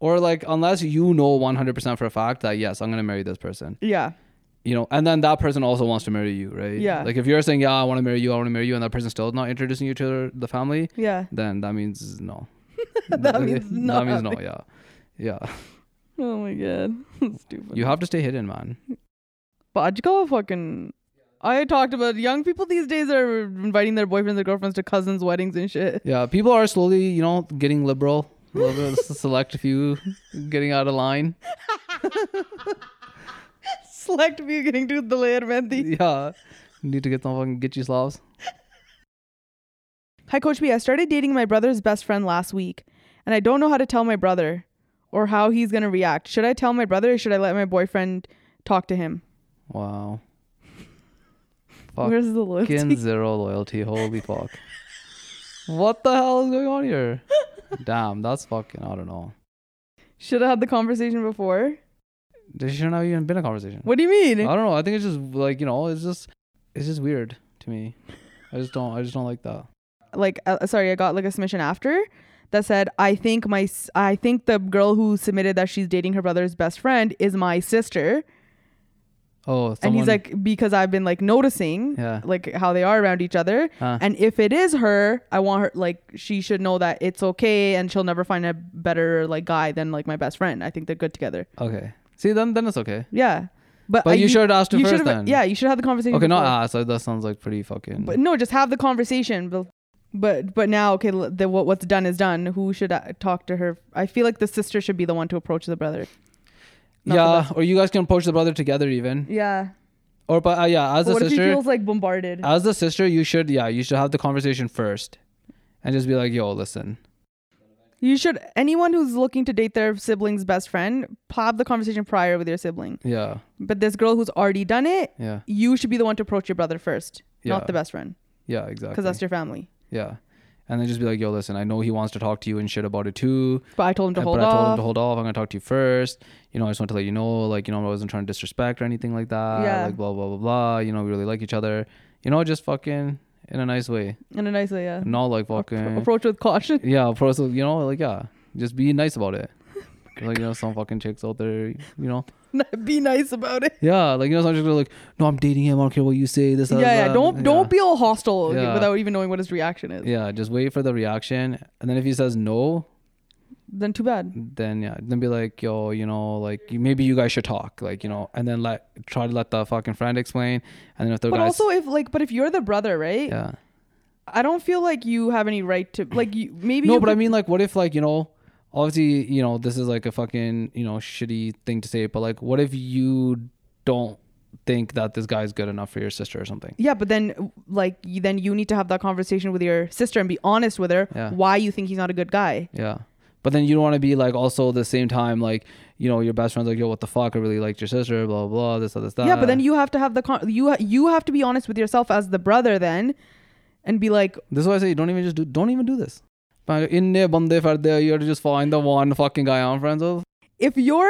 [SPEAKER 2] Or like unless you know 100% for a fact that yes, I'm going to marry this person.
[SPEAKER 1] Yeah.
[SPEAKER 2] You know, and then that person also wants to marry you, right?
[SPEAKER 1] Yeah.
[SPEAKER 2] Like if you're saying, "Yeah, I want to marry you. I want to marry you," and that person's still not introducing you to the family,
[SPEAKER 1] Yeah.
[SPEAKER 2] then that means no.
[SPEAKER 1] That means
[SPEAKER 2] That means no,
[SPEAKER 1] nothing.
[SPEAKER 2] yeah. Yeah.
[SPEAKER 1] Oh my god. Stupid.
[SPEAKER 2] You have to stay hidden, man.
[SPEAKER 1] but Ajikawa fucking I talked about young people these days are inviting their boyfriends and girlfriends to cousins' weddings and shit.
[SPEAKER 2] Yeah, people are slowly, you know, getting liberal. A little bit of select a few getting out of line.
[SPEAKER 1] Select view getting to the layer Mehndi.
[SPEAKER 2] Yeah. Need to get some fucking Gitchy Slavs.
[SPEAKER 1] Hi, Coach B. I started dating my brother's best friend last week, and I don't know how to tell my brother or how he's going to react. Should I tell my brother or should I let my boyfriend talk to him?
[SPEAKER 2] Wow. Fuck.
[SPEAKER 1] Where's the loyalty?
[SPEAKER 2] Fucking zero loyalty. Holy fuck. What the hell is going on here? Damn, that's fucking, I don't know.
[SPEAKER 1] Should have had the conversation before.
[SPEAKER 2] This shouldn't have even been a conversation.
[SPEAKER 1] What do you mean?
[SPEAKER 2] I don't know. I think it's just like, you know, it's just, it's just weird to me. I just don't, I just don't like that.
[SPEAKER 1] like uh, sorry i got like a submission after that said i think my s- i think the girl who submitted that she's dating her brother's best friend is my sister
[SPEAKER 2] Oh, someone,
[SPEAKER 1] and he's like because i've been like noticing
[SPEAKER 2] Yeah.
[SPEAKER 1] like how they are around each other
[SPEAKER 2] Huh.
[SPEAKER 1] and if it is her i want her like she should know that it's okay and she'll never find a better like guy than like my best friend i think they're good together
[SPEAKER 2] okay. See, then, then it's okay.
[SPEAKER 1] yeah but,
[SPEAKER 2] But
[SPEAKER 1] I-
[SPEAKER 2] you should've asked him
[SPEAKER 1] Uh, you
[SPEAKER 2] first
[SPEAKER 1] should've-
[SPEAKER 2] then.
[SPEAKER 1] yeah you should have the conversation
[SPEAKER 2] Okay,
[SPEAKER 1] before.
[SPEAKER 2] not ass. That sounds like pretty fucking.
[SPEAKER 1] But no, just have the conversation. But but, but now, okay, l- the, what, what's done is done. Who should I talk to her? I feel like the sister should be the one to approach the brother. not the
[SPEAKER 2] yeah, or you guys can approach the brother together even.
[SPEAKER 1] Yeah.
[SPEAKER 2] Or but uh, yeah, as
[SPEAKER 1] But
[SPEAKER 2] the
[SPEAKER 1] what if she
[SPEAKER 2] sister, uh,
[SPEAKER 1] feels like bombarded?
[SPEAKER 2] as the sister, you should yeah, you should have the conversation first, and just be like, yo, listen,
[SPEAKER 1] you should. Anyone who's looking to date their sibling's best friend, have the conversation prior with your sibling.
[SPEAKER 2] yeah,
[SPEAKER 1] But this girl who's already done it,
[SPEAKER 2] yeah,
[SPEAKER 1] you should be the one to approach your brother first,
[SPEAKER 2] Yeah.
[SPEAKER 1] not the best friend,
[SPEAKER 2] yeah, exactly.
[SPEAKER 1] because that's your family.
[SPEAKER 2] yeah, and then just be like, yo, listen, I know he wants to talk to you and shit about it too.
[SPEAKER 1] But I told him to
[SPEAKER 2] and-
[SPEAKER 1] hold
[SPEAKER 2] but I told him
[SPEAKER 1] off.
[SPEAKER 2] to hold off. I'm gonna talk to you first. You know, I just want to let you know, like, you know, I wasn't trying to disrespect or anything like that.
[SPEAKER 1] Yeah.
[SPEAKER 2] Like blah blah blah blah. You know, we really like each other. You know, just fucking in a nice way,
[SPEAKER 1] in a nice way, yeah.
[SPEAKER 2] not like fucking.
[SPEAKER 1] Approach with caution.
[SPEAKER 2] Yeah, pro so, you know, like yeah, just be nice about it. like you know, some fucking chicks out there, you know.
[SPEAKER 1] be nice about it.
[SPEAKER 2] Yeah, like you know, some chicks are like, no, I'm dating him. I don't care what you say. This, that,
[SPEAKER 1] Yeah, yeah.
[SPEAKER 2] that."
[SPEAKER 1] Don't don't be all hostile
[SPEAKER 2] um, Yeah.
[SPEAKER 1] without even knowing what his reaction is.
[SPEAKER 2] Yeah, just wait for the reaction, and then if he says no,
[SPEAKER 1] Then too bad.
[SPEAKER 2] then yeah, then be like, yo, you know, like you, maybe you guys should talk, like you know, and then let try to let the fucking friend explain, and then if the
[SPEAKER 1] But
[SPEAKER 2] guys,
[SPEAKER 1] also, if like, but if you're the brother, right?
[SPEAKER 2] yeah,
[SPEAKER 1] I don't feel like you have any right to like. You, maybe
[SPEAKER 2] no,
[SPEAKER 1] you
[SPEAKER 2] but I
[SPEAKER 1] could-
[SPEAKER 2] mean, like, what if like you know, obviously, you know, this is like a fucking you know shitty thing to say, but like, what if you don't think that this guy's good enough for your sister or something?
[SPEAKER 1] yeah, but then like you, then you need to have that conversation with your sister and be honest with her
[SPEAKER 2] Yeah.
[SPEAKER 1] why you think he's not a good guy.
[SPEAKER 2] Yeah. But then you don't want to be like also at the same time like you know your best friend's like yo what the fuck I really liked your sister blah blah, blah this that this that
[SPEAKER 1] yeah, but then you have to have the con- you ha- you have to be honest with yourself as the brother then, and be like,
[SPEAKER 2] this is why I say don't even just do don't even do this. Inne bande farde you have to just find the one fucking guy I'm friends with.
[SPEAKER 1] if your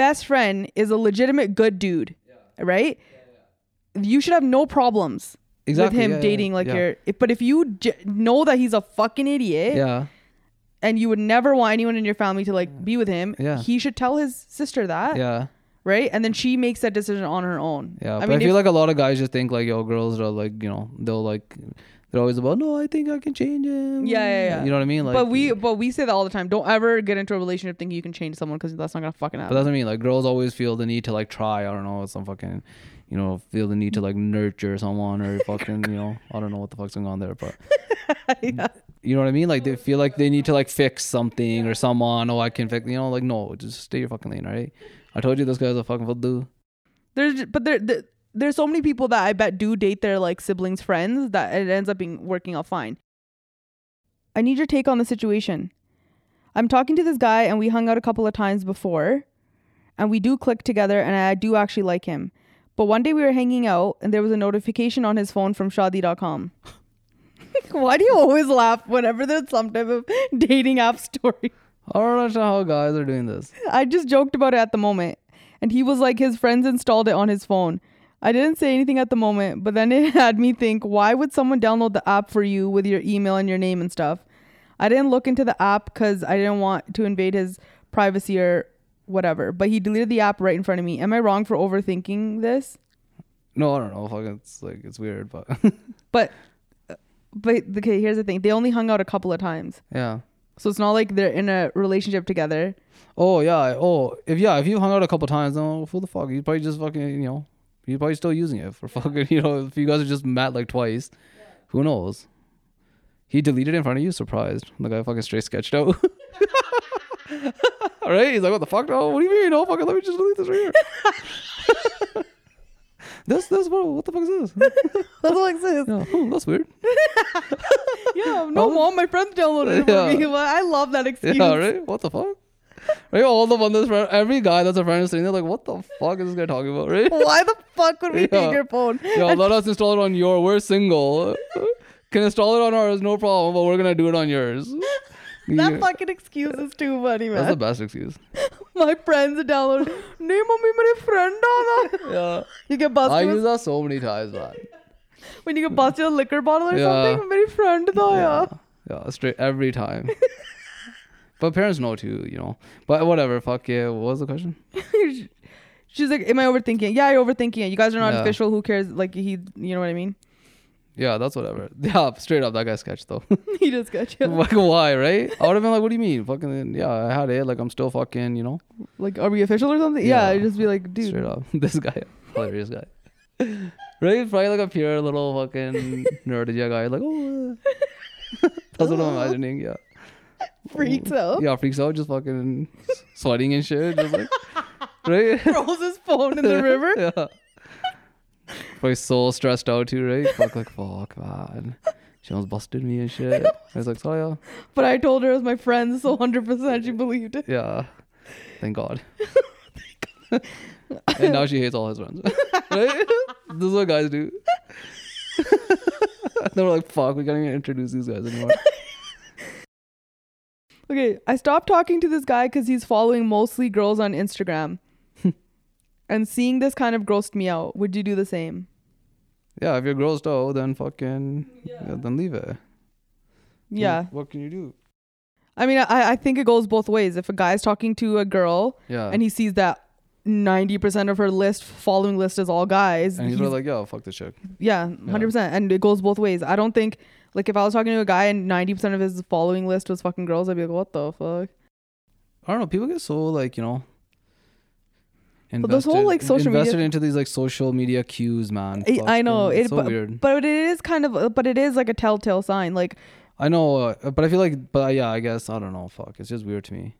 [SPEAKER 1] best friend is a legitimate good dude, right? You should have no problems
[SPEAKER 2] Exactly,
[SPEAKER 1] with him
[SPEAKER 2] yeah, yeah,
[SPEAKER 1] dating
[SPEAKER 2] yeah,
[SPEAKER 1] like
[SPEAKER 2] yeah.
[SPEAKER 1] your. If, but if you j- know that he's a fucking idiot
[SPEAKER 2] Yeah.
[SPEAKER 1] and you would never want anyone in your family to like be with him,
[SPEAKER 2] Yeah.
[SPEAKER 1] he should tell his sister that,
[SPEAKER 2] Yeah.
[SPEAKER 1] right? And then she makes that decision on her own.
[SPEAKER 2] Yeah.
[SPEAKER 1] I
[SPEAKER 2] but
[SPEAKER 1] mean,
[SPEAKER 2] I feel
[SPEAKER 1] if-
[SPEAKER 2] like a lot of guys just think like yo girls are like you know they'll like they're always about no I think I can change him.
[SPEAKER 1] Yeah, yeah, yeah.
[SPEAKER 2] You know what I mean? Like
[SPEAKER 1] but we but we say that all the time. Don't ever get into a relationship thinking you can change someone because that's not gonna fucking
[SPEAKER 2] But
[SPEAKER 1] happen.
[SPEAKER 2] that's what I mean. Like girls always feel the need to like try. I don't know some fucking, you know, feel the need to like nurture someone or fucking, you know, I don't know what the fuck's going on there, but you know what I mean. Like they feel like they need to like fix something or someone. Oh, I can fix. You know, like no, just stay your fucking lane, all right? I told you this guy's a fucking fool.
[SPEAKER 1] There's j- but there, there there's so many people that I bet do date their like siblings friends that it ends up being working out fine. I need your take on the situation. I'm talking to this guy and we hung out a couple of times before and we do click together and I do actually like him. But one day we were hanging out and there was a notification on his phone from shadi.com. Why do you always laugh whenever there's some type of dating app story?
[SPEAKER 2] I don't know how guys are doing this.
[SPEAKER 1] I just joked about it at the moment. And he was like, his friends installed it on his phone. I didn't say anything at the moment, but then it had me think, why would someone download the app for you with your email and your name and stuff? I didn't look into the app because I didn't want to invade his privacy or whatever, but he deleted the app right in front of me. Am I wrong for overthinking this?
[SPEAKER 2] No, I don't know. Fucking, it's like it's weird, but
[SPEAKER 1] But, uh, but okay, here's the thing they only hung out a couple of times.
[SPEAKER 2] yeah.
[SPEAKER 1] So it's not like they're in a relationship together.
[SPEAKER 2] Oh yeah. Oh, if yeah, if you hung out a couple times, then who the fuck? You probably just fucking you know, you're probably still using it for fucking you know. If you guys are just met like twice, who knows? He deleted it in front of you, surprised. The guy fucking straight sketched out. All right, he's like, what the fuck? Oh, what do you mean? Oh, fucking, let me just delete this right here. that's that's what what the fuck is this?
[SPEAKER 1] That's all it says.
[SPEAKER 2] Yeah, oh, that's weird.
[SPEAKER 1] Yeah, no, mom, my friends downloaded it for
[SPEAKER 2] Yeah.
[SPEAKER 1] me. Well, I love that excuse.
[SPEAKER 2] Yeah, right. What the fuck? Right, all the one that's friend, every guy that's a friend is sitting there like, what the fuck is this guy talking about? Right?
[SPEAKER 1] Why the fuck would we take
[SPEAKER 2] Yeah.
[SPEAKER 1] your phone?
[SPEAKER 2] Yo, let us install it on your. We're single. Can install it on ours, no problem. But we're gonna do it on yours.
[SPEAKER 1] That
[SPEAKER 2] Yeah.
[SPEAKER 1] fucking excuse is too funny,
[SPEAKER 2] That's the
[SPEAKER 1] man.
[SPEAKER 2] best excuse.
[SPEAKER 1] My friends downloaded. Nee, mommy, my friend downloaded.
[SPEAKER 2] Yeah,
[SPEAKER 1] You get busted
[SPEAKER 2] I
[SPEAKER 1] with-
[SPEAKER 2] use that so many times, man.
[SPEAKER 1] when you get busted with a liquor bottle or
[SPEAKER 2] Yeah.
[SPEAKER 1] something. My friend though, yeah.
[SPEAKER 2] Yeah, straight every time. but parents know too, you know. But whatever. Fuck yeah. What was the question?
[SPEAKER 1] She's like, "Am I overthinking? Yeah, you're overthinking it. You guys are not
[SPEAKER 2] Yeah.
[SPEAKER 1] official. Who cares? Like he, you know what I mean?
[SPEAKER 2] Yeah, that's whatever. Yeah, straight up, that guy sketched though.
[SPEAKER 1] he just got you.
[SPEAKER 2] like why, right? I would have been like, what do you mean? Fucking yeah, I had it. Like I'm still fucking, you know.
[SPEAKER 1] Like, are we official or something? Yeah,
[SPEAKER 2] Yeah.
[SPEAKER 1] I'd just be like, dude,
[SPEAKER 2] Straight up, this guy, hilarious guy. Right, probably like a pure little fucking nerd yeah guy. Like oh, uh." that's what I'm imagining. Yeah,
[SPEAKER 1] Oh.
[SPEAKER 2] Oh.
[SPEAKER 1] freaks out.
[SPEAKER 2] yeah, freaks out, just fucking sweating and shit. Just like right.
[SPEAKER 1] Throws his phone in the river.
[SPEAKER 2] yeah. Probably so stressed out too, right? Fuck, like fuck, man. She almost busted me and shit. I was like, sorry, yeah.
[SPEAKER 1] But I told her it was my friends, so 100% she believed it.
[SPEAKER 2] Yeah. Thank God. and now she hates all his friends. right? This is what guys do. they were like, fuck, we can't even introduce these guys anymore.
[SPEAKER 1] Okay, I stopped talking to this guy because he's following mostly girls on Instagram. and seeing this kind of grossed me out. Would you do the same?
[SPEAKER 2] Yeah, if you're grossed out, then fucking, yeah, then leave it.
[SPEAKER 1] Yeah.
[SPEAKER 2] What can you do?
[SPEAKER 1] I mean, I, I think it goes both ways. If a guy's talking to a girl
[SPEAKER 2] Yeah.
[SPEAKER 1] and he sees that 90% of her list, following list is all guys,
[SPEAKER 2] and he's,
[SPEAKER 1] he's-
[SPEAKER 2] like, yo, fuck this chick.
[SPEAKER 1] yeah, 100%. And it goes both ways. I don't think, like, if I was talking to a guy and 90% of his following list was fucking girls, I'd be like, what the fuck?
[SPEAKER 2] I don't know. People get so like you know. Invested,
[SPEAKER 1] But this whole, like, social media-
[SPEAKER 2] invested into these like social media cues, man.
[SPEAKER 1] I- I know
[SPEAKER 2] Fucking
[SPEAKER 1] it,
[SPEAKER 2] so
[SPEAKER 1] but,
[SPEAKER 2] weird.
[SPEAKER 1] but it is kind of, but it is like a telltale sign. Like,
[SPEAKER 2] I know, uh, but I feel like, but uh, yeah, I guess I don't know. Fuck, it's just weird to me.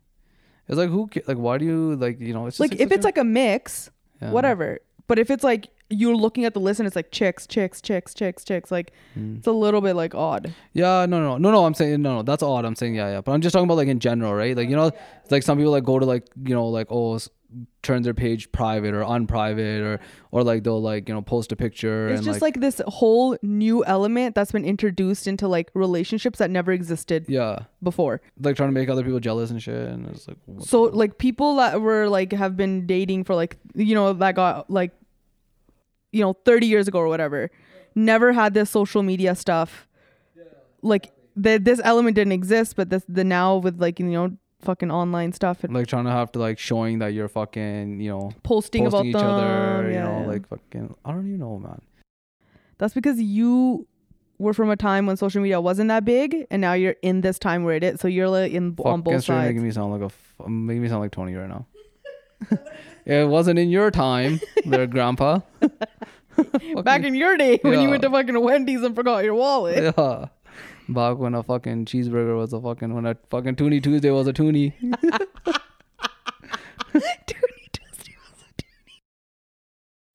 [SPEAKER 2] It's like who, ca- like, why do you like you know? It's just,
[SPEAKER 1] like if
[SPEAKER 2] such
[SPEAKER 1] it's
[SPEAKER 2] a-
[SPEAKER 1] like a mix,
[SPEAKER 2] Yeah.
[SPEAKER 1] whatever. But if it's like you're looking at the list and it's like chicks, chicks, chicks, chicks, chicks, like it's a little bit like odd.
[SPEAKER 2] Yeah, no, no, no, no, no. I'm saying no, no. That's odd. I'm saying yeah, yeah. But I'm just talking about like in general, right? Like you know, it's like some people like go to like you know like oh s- turn their page private or unprivate or or like they'll like you know post a picture.
[SPEAKER 1] It's
[SPEAKER 2] and,
[SPEAKER 1] just like, this whole new element that's been introduced into like relationships that never existed
[SPEAKER 2] yeah,
[SPEAKER 1] before.
[SPEAKER 2] like trying to make other people jealous and shit. And it's like what
[SPEAKER 1] So like people that were like have been dating for like you know that got like you know 30 years ago or whatever never had this social media stuff like the, this element didn't exist but this the now with like you know fucking online stuff and
[SPEAKER 2] like trying to have to like showing that you're fucking you know
[SPEAKER 1] posting,
[SPEAKER 2] posting
[SPEAKER 1] about
[SPEAKER 2] each
[SPEAKER 1] them yeah,
[SPEAKER 2] other. you know,
[SPEAKER 1] yeah.
[SPEAKER 2] like fucking. I don't even know, man.
[SPEAKER 1] that's because you were from a time when social media wasn't that big and now you're in this time where it is so you're like in on
[SPEAKER 2] Fucking
[SPEAKER 1] both
[SPEAKER 2] straight
[SPEAKER 1] sides
[SPEAKER 2] Making me sound like a f- making me sound like Tony right now. it wasn't in your time, there, Grandpa.
[SPEAKER 1] back in your day when you
[SPEAKER 2] Yeah.
[SPEAKER 1] went to fucking wendy's and forgot your wallet
[SPEAKER 2] yeah. Back when a fucking cheeseburger was a fucking when a fucking Toonie Tuesday was a Toonie.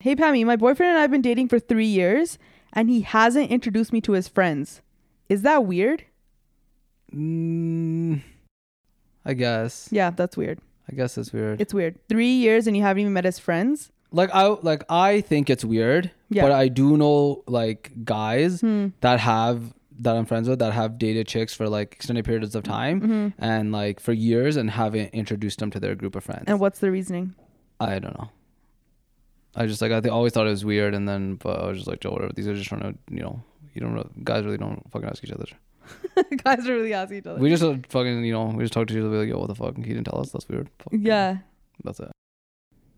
[SPEAKER 1] Hey Pammy, my boyfriend and I have been dating for three years and he hasn't introduced me to his friends. Is that weird?
[SPEAKER 2] Mm, I guess.
[SPEAKER 1] Yeah, that's weird.
[SPEAKER 2] I guess it's weird.
[SPEAKER 1] It's weird. Three years and you haven't even met his friends?
[SPEAKER 2] like I like I think it's weird,
[SPEAKER 1] Yeah.
[SPEAKER 2] but I do know like guys
[SPEAKER 1] Hmm.
[SPEAKER 2] that have that I'm friends with that have dated chicks for like extended periods of time
[SPEAKER 1] Mm-hmm.
[SPEAKER 2] and like for years and haven't introduced them to their group of friends.
[SPEAKER 1] And what's the reasoning?
[SPEAKER 2] I don't know. I just like I th- always thought it was weird, and then but I was just like, Joe, whatever. These are just trying to, you know, you don't really, guys really don't fucking ask each other.
[SPEAKER 1] Guys are really asking each other.
[SPEAKER 2] We just uh, fucking, you know, we just talk to each other. We're like, yo, what the fuck? He didn't tell us. That's weird. Fuck.
[SPEAKER 1] yeah.
[SPEAKER 2] that's it.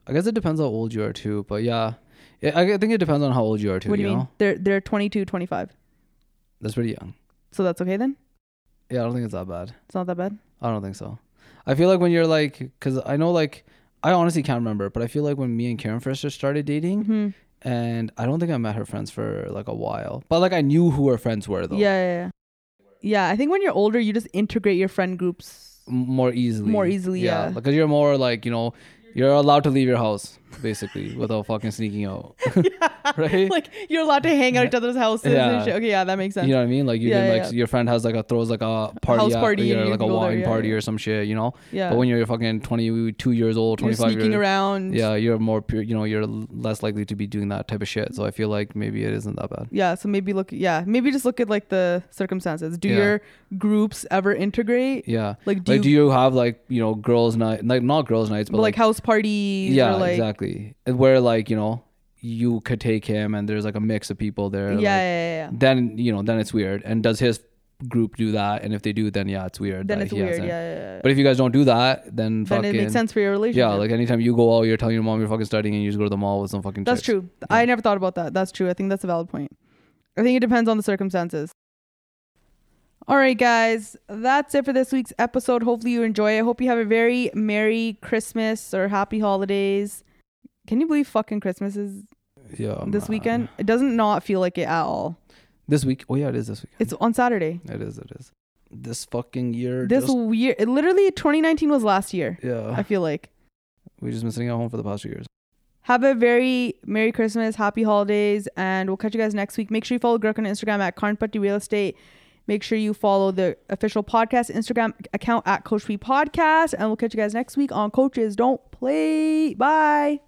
[SPEAKER 2] I guess it depends how old you are too, but yeah, yeah I g- I think it depends on how old you are too.
[SPEAKER 1] What do you
[SPEAKER 2] know,
[SPEAKER 1] mean? They're they're 22, 25.
[SPEAKER 2] that's pretty young.
[SPEAKER 1] So that's okay then?
[SPEAKER 2] Yeah, I don't think it's that bad.
[SPEAKER 1] It's not that bad.
[SPEAKER 2] I don't think so. I feel like when you're like, because I know like, I honestly can't remember, but I feel like when me and Karen first just started dating, and I don't think I met her friends for like a while, but like I knew who her friends were though.
[SPEAKER 1] Yeah, yeah, yeah. Yeah, I think when you're older, you just integrate your friend groups.
[SPEAKER 2] m- more easily.
[SPEAKER 1] More easily, yeah.
[SPEAKER 2] Because you're more like, you know, you're allowed to leave your house basically without fucking sneaking out. right?
[SPEAKER 1] Like you're allowed to hang out at each other's houses and
[SPEAKER 2] Yeah.
[SPEAKER 1] shit. Okay, yeah, that makes sense.
[SPEAKER 2] you know what I mean? Like you
[SPEAKER 1] Yeah,
[SPEAKER 2] can
[SPEAKER 1] yeah,
[SPEAKER 2] like
[SPEAKER 1] yeah.
[SPEAKER 2] your friend has like a throws like a party,
[SPEAKER 1] House
[SPEAKER 2] at-
[SPEAKER 1] party
[SPEAKER 2] yeah,
[SPEAKER 1] and you
[SPEAKER 2] like
[SPEAKER 1] can
[SPEAKER 2] a
[SPEAKER 1] go there,
[SPEAKER 2] wine
[SPEAKER 1] yeah,
[SPEAKER 2] party
[SPEAKER 1] yeah.
[SPEAKER 2] or some shit, you know.
[SPEAKER 1] Yeah.
[SPEAKER 2] But when you're fucking 22 years old,
[SPEAKER 1] You're
[SPEAKER 2] 25
[SPEAKER 1] sneaking
[SPEAKER 2] years
[SPEAKER 1] around.
[SPEAKER 2] yeah, you're more pure, you know, you're less likely to be doing that type of shit. So I feel like maybe it isn't that bad.
[SPEAKER 1] Yeah, so maybe look yeah, maybe just look at like the circumstances. Do
[SPEAKER 2] Yeah.
[SPEAKER 1] your groups ever integrate?
[SPEAKER 2] Yeah.
[SPEAKER 1] Like, do you-
[SPEAKER 2] have like, you know, girls night like not girls nights, but,
[SPEAKER 1] But like, house parties
[SPEAKER 2] yeah,
[SPEAKER 1] or like
[SPEAKER 2] exactly. Where like, you know, you could take him and there's like a mix of people there.
[SPEAKER 1] yeah,
[SPEAKER 2] like,
[SPEAKER 1] yeah, yeah, yeah.
[SPEAKER 2] then you know then it's weird and does his group do that and if they do then yeah it's weird
[SPEAKER 1] Then
[SPEAKER 2] that
[SPEAKER 1] it's
[SPEAKER 2] he has
[SPEAKER 1] weird.
[SPEAKER 2] it.
[SPEAKER 1] Yeah, yeah, yeah.
[SPEAKER 2] but if you guys don't do that then
[SPEAKER 1] Then
[SPEAKER 2] fucking
[SPEAKER 1] it makes sense for your relationship.
[SPEAKER 2] yeah like anytime you go out you're telling your mom you're fucking studying and you just go to the mall with some fucking
[SPEAKER 1] That's
[SPEAKER 2] chicks.
[SPEAKER 1] true. I never thought about that. That's true. I think that's a valid point. I think it depends on the circumstances. All right, guys, that's it for this week's episode. Hopefully, you enjoy it. Hope you have a very Merry Christmas or Happy Holidays. Can you believe fucking Christmas is
[SPEAKER 2] yeah
[SPEAKER 1] this
[SPEAKER 2] man.
[SPEAKER 1] weekend? It doesn't not feel like it at all.
[SPEAKER 2] this week oh yeah it is this weekend
[SPEAKER 1] It's on Saturday.
[SPEAKER 2] it is it is this fucking year
[SPEAKER 1] This
[SPEAKER 2] just,
[SPEAKER 1] year, it literally 2019 was last year.
[SPEAKER 2] yeah
[SPEAKER 1] I feel like.
[SPEAKER 2] we've just been sitting at home for the past few years
[SPEAKER 1] Have a very Merry Christmas, Happy Holidays, and we'll catch you guys next week. Make sure you follow Gurk on Instagram at Karnpati Real Estate. Make sure you follow the official podcast Instagram account at Coach P Podcast, and we'll catch you guys next week on Coaches Don't Play. Bye.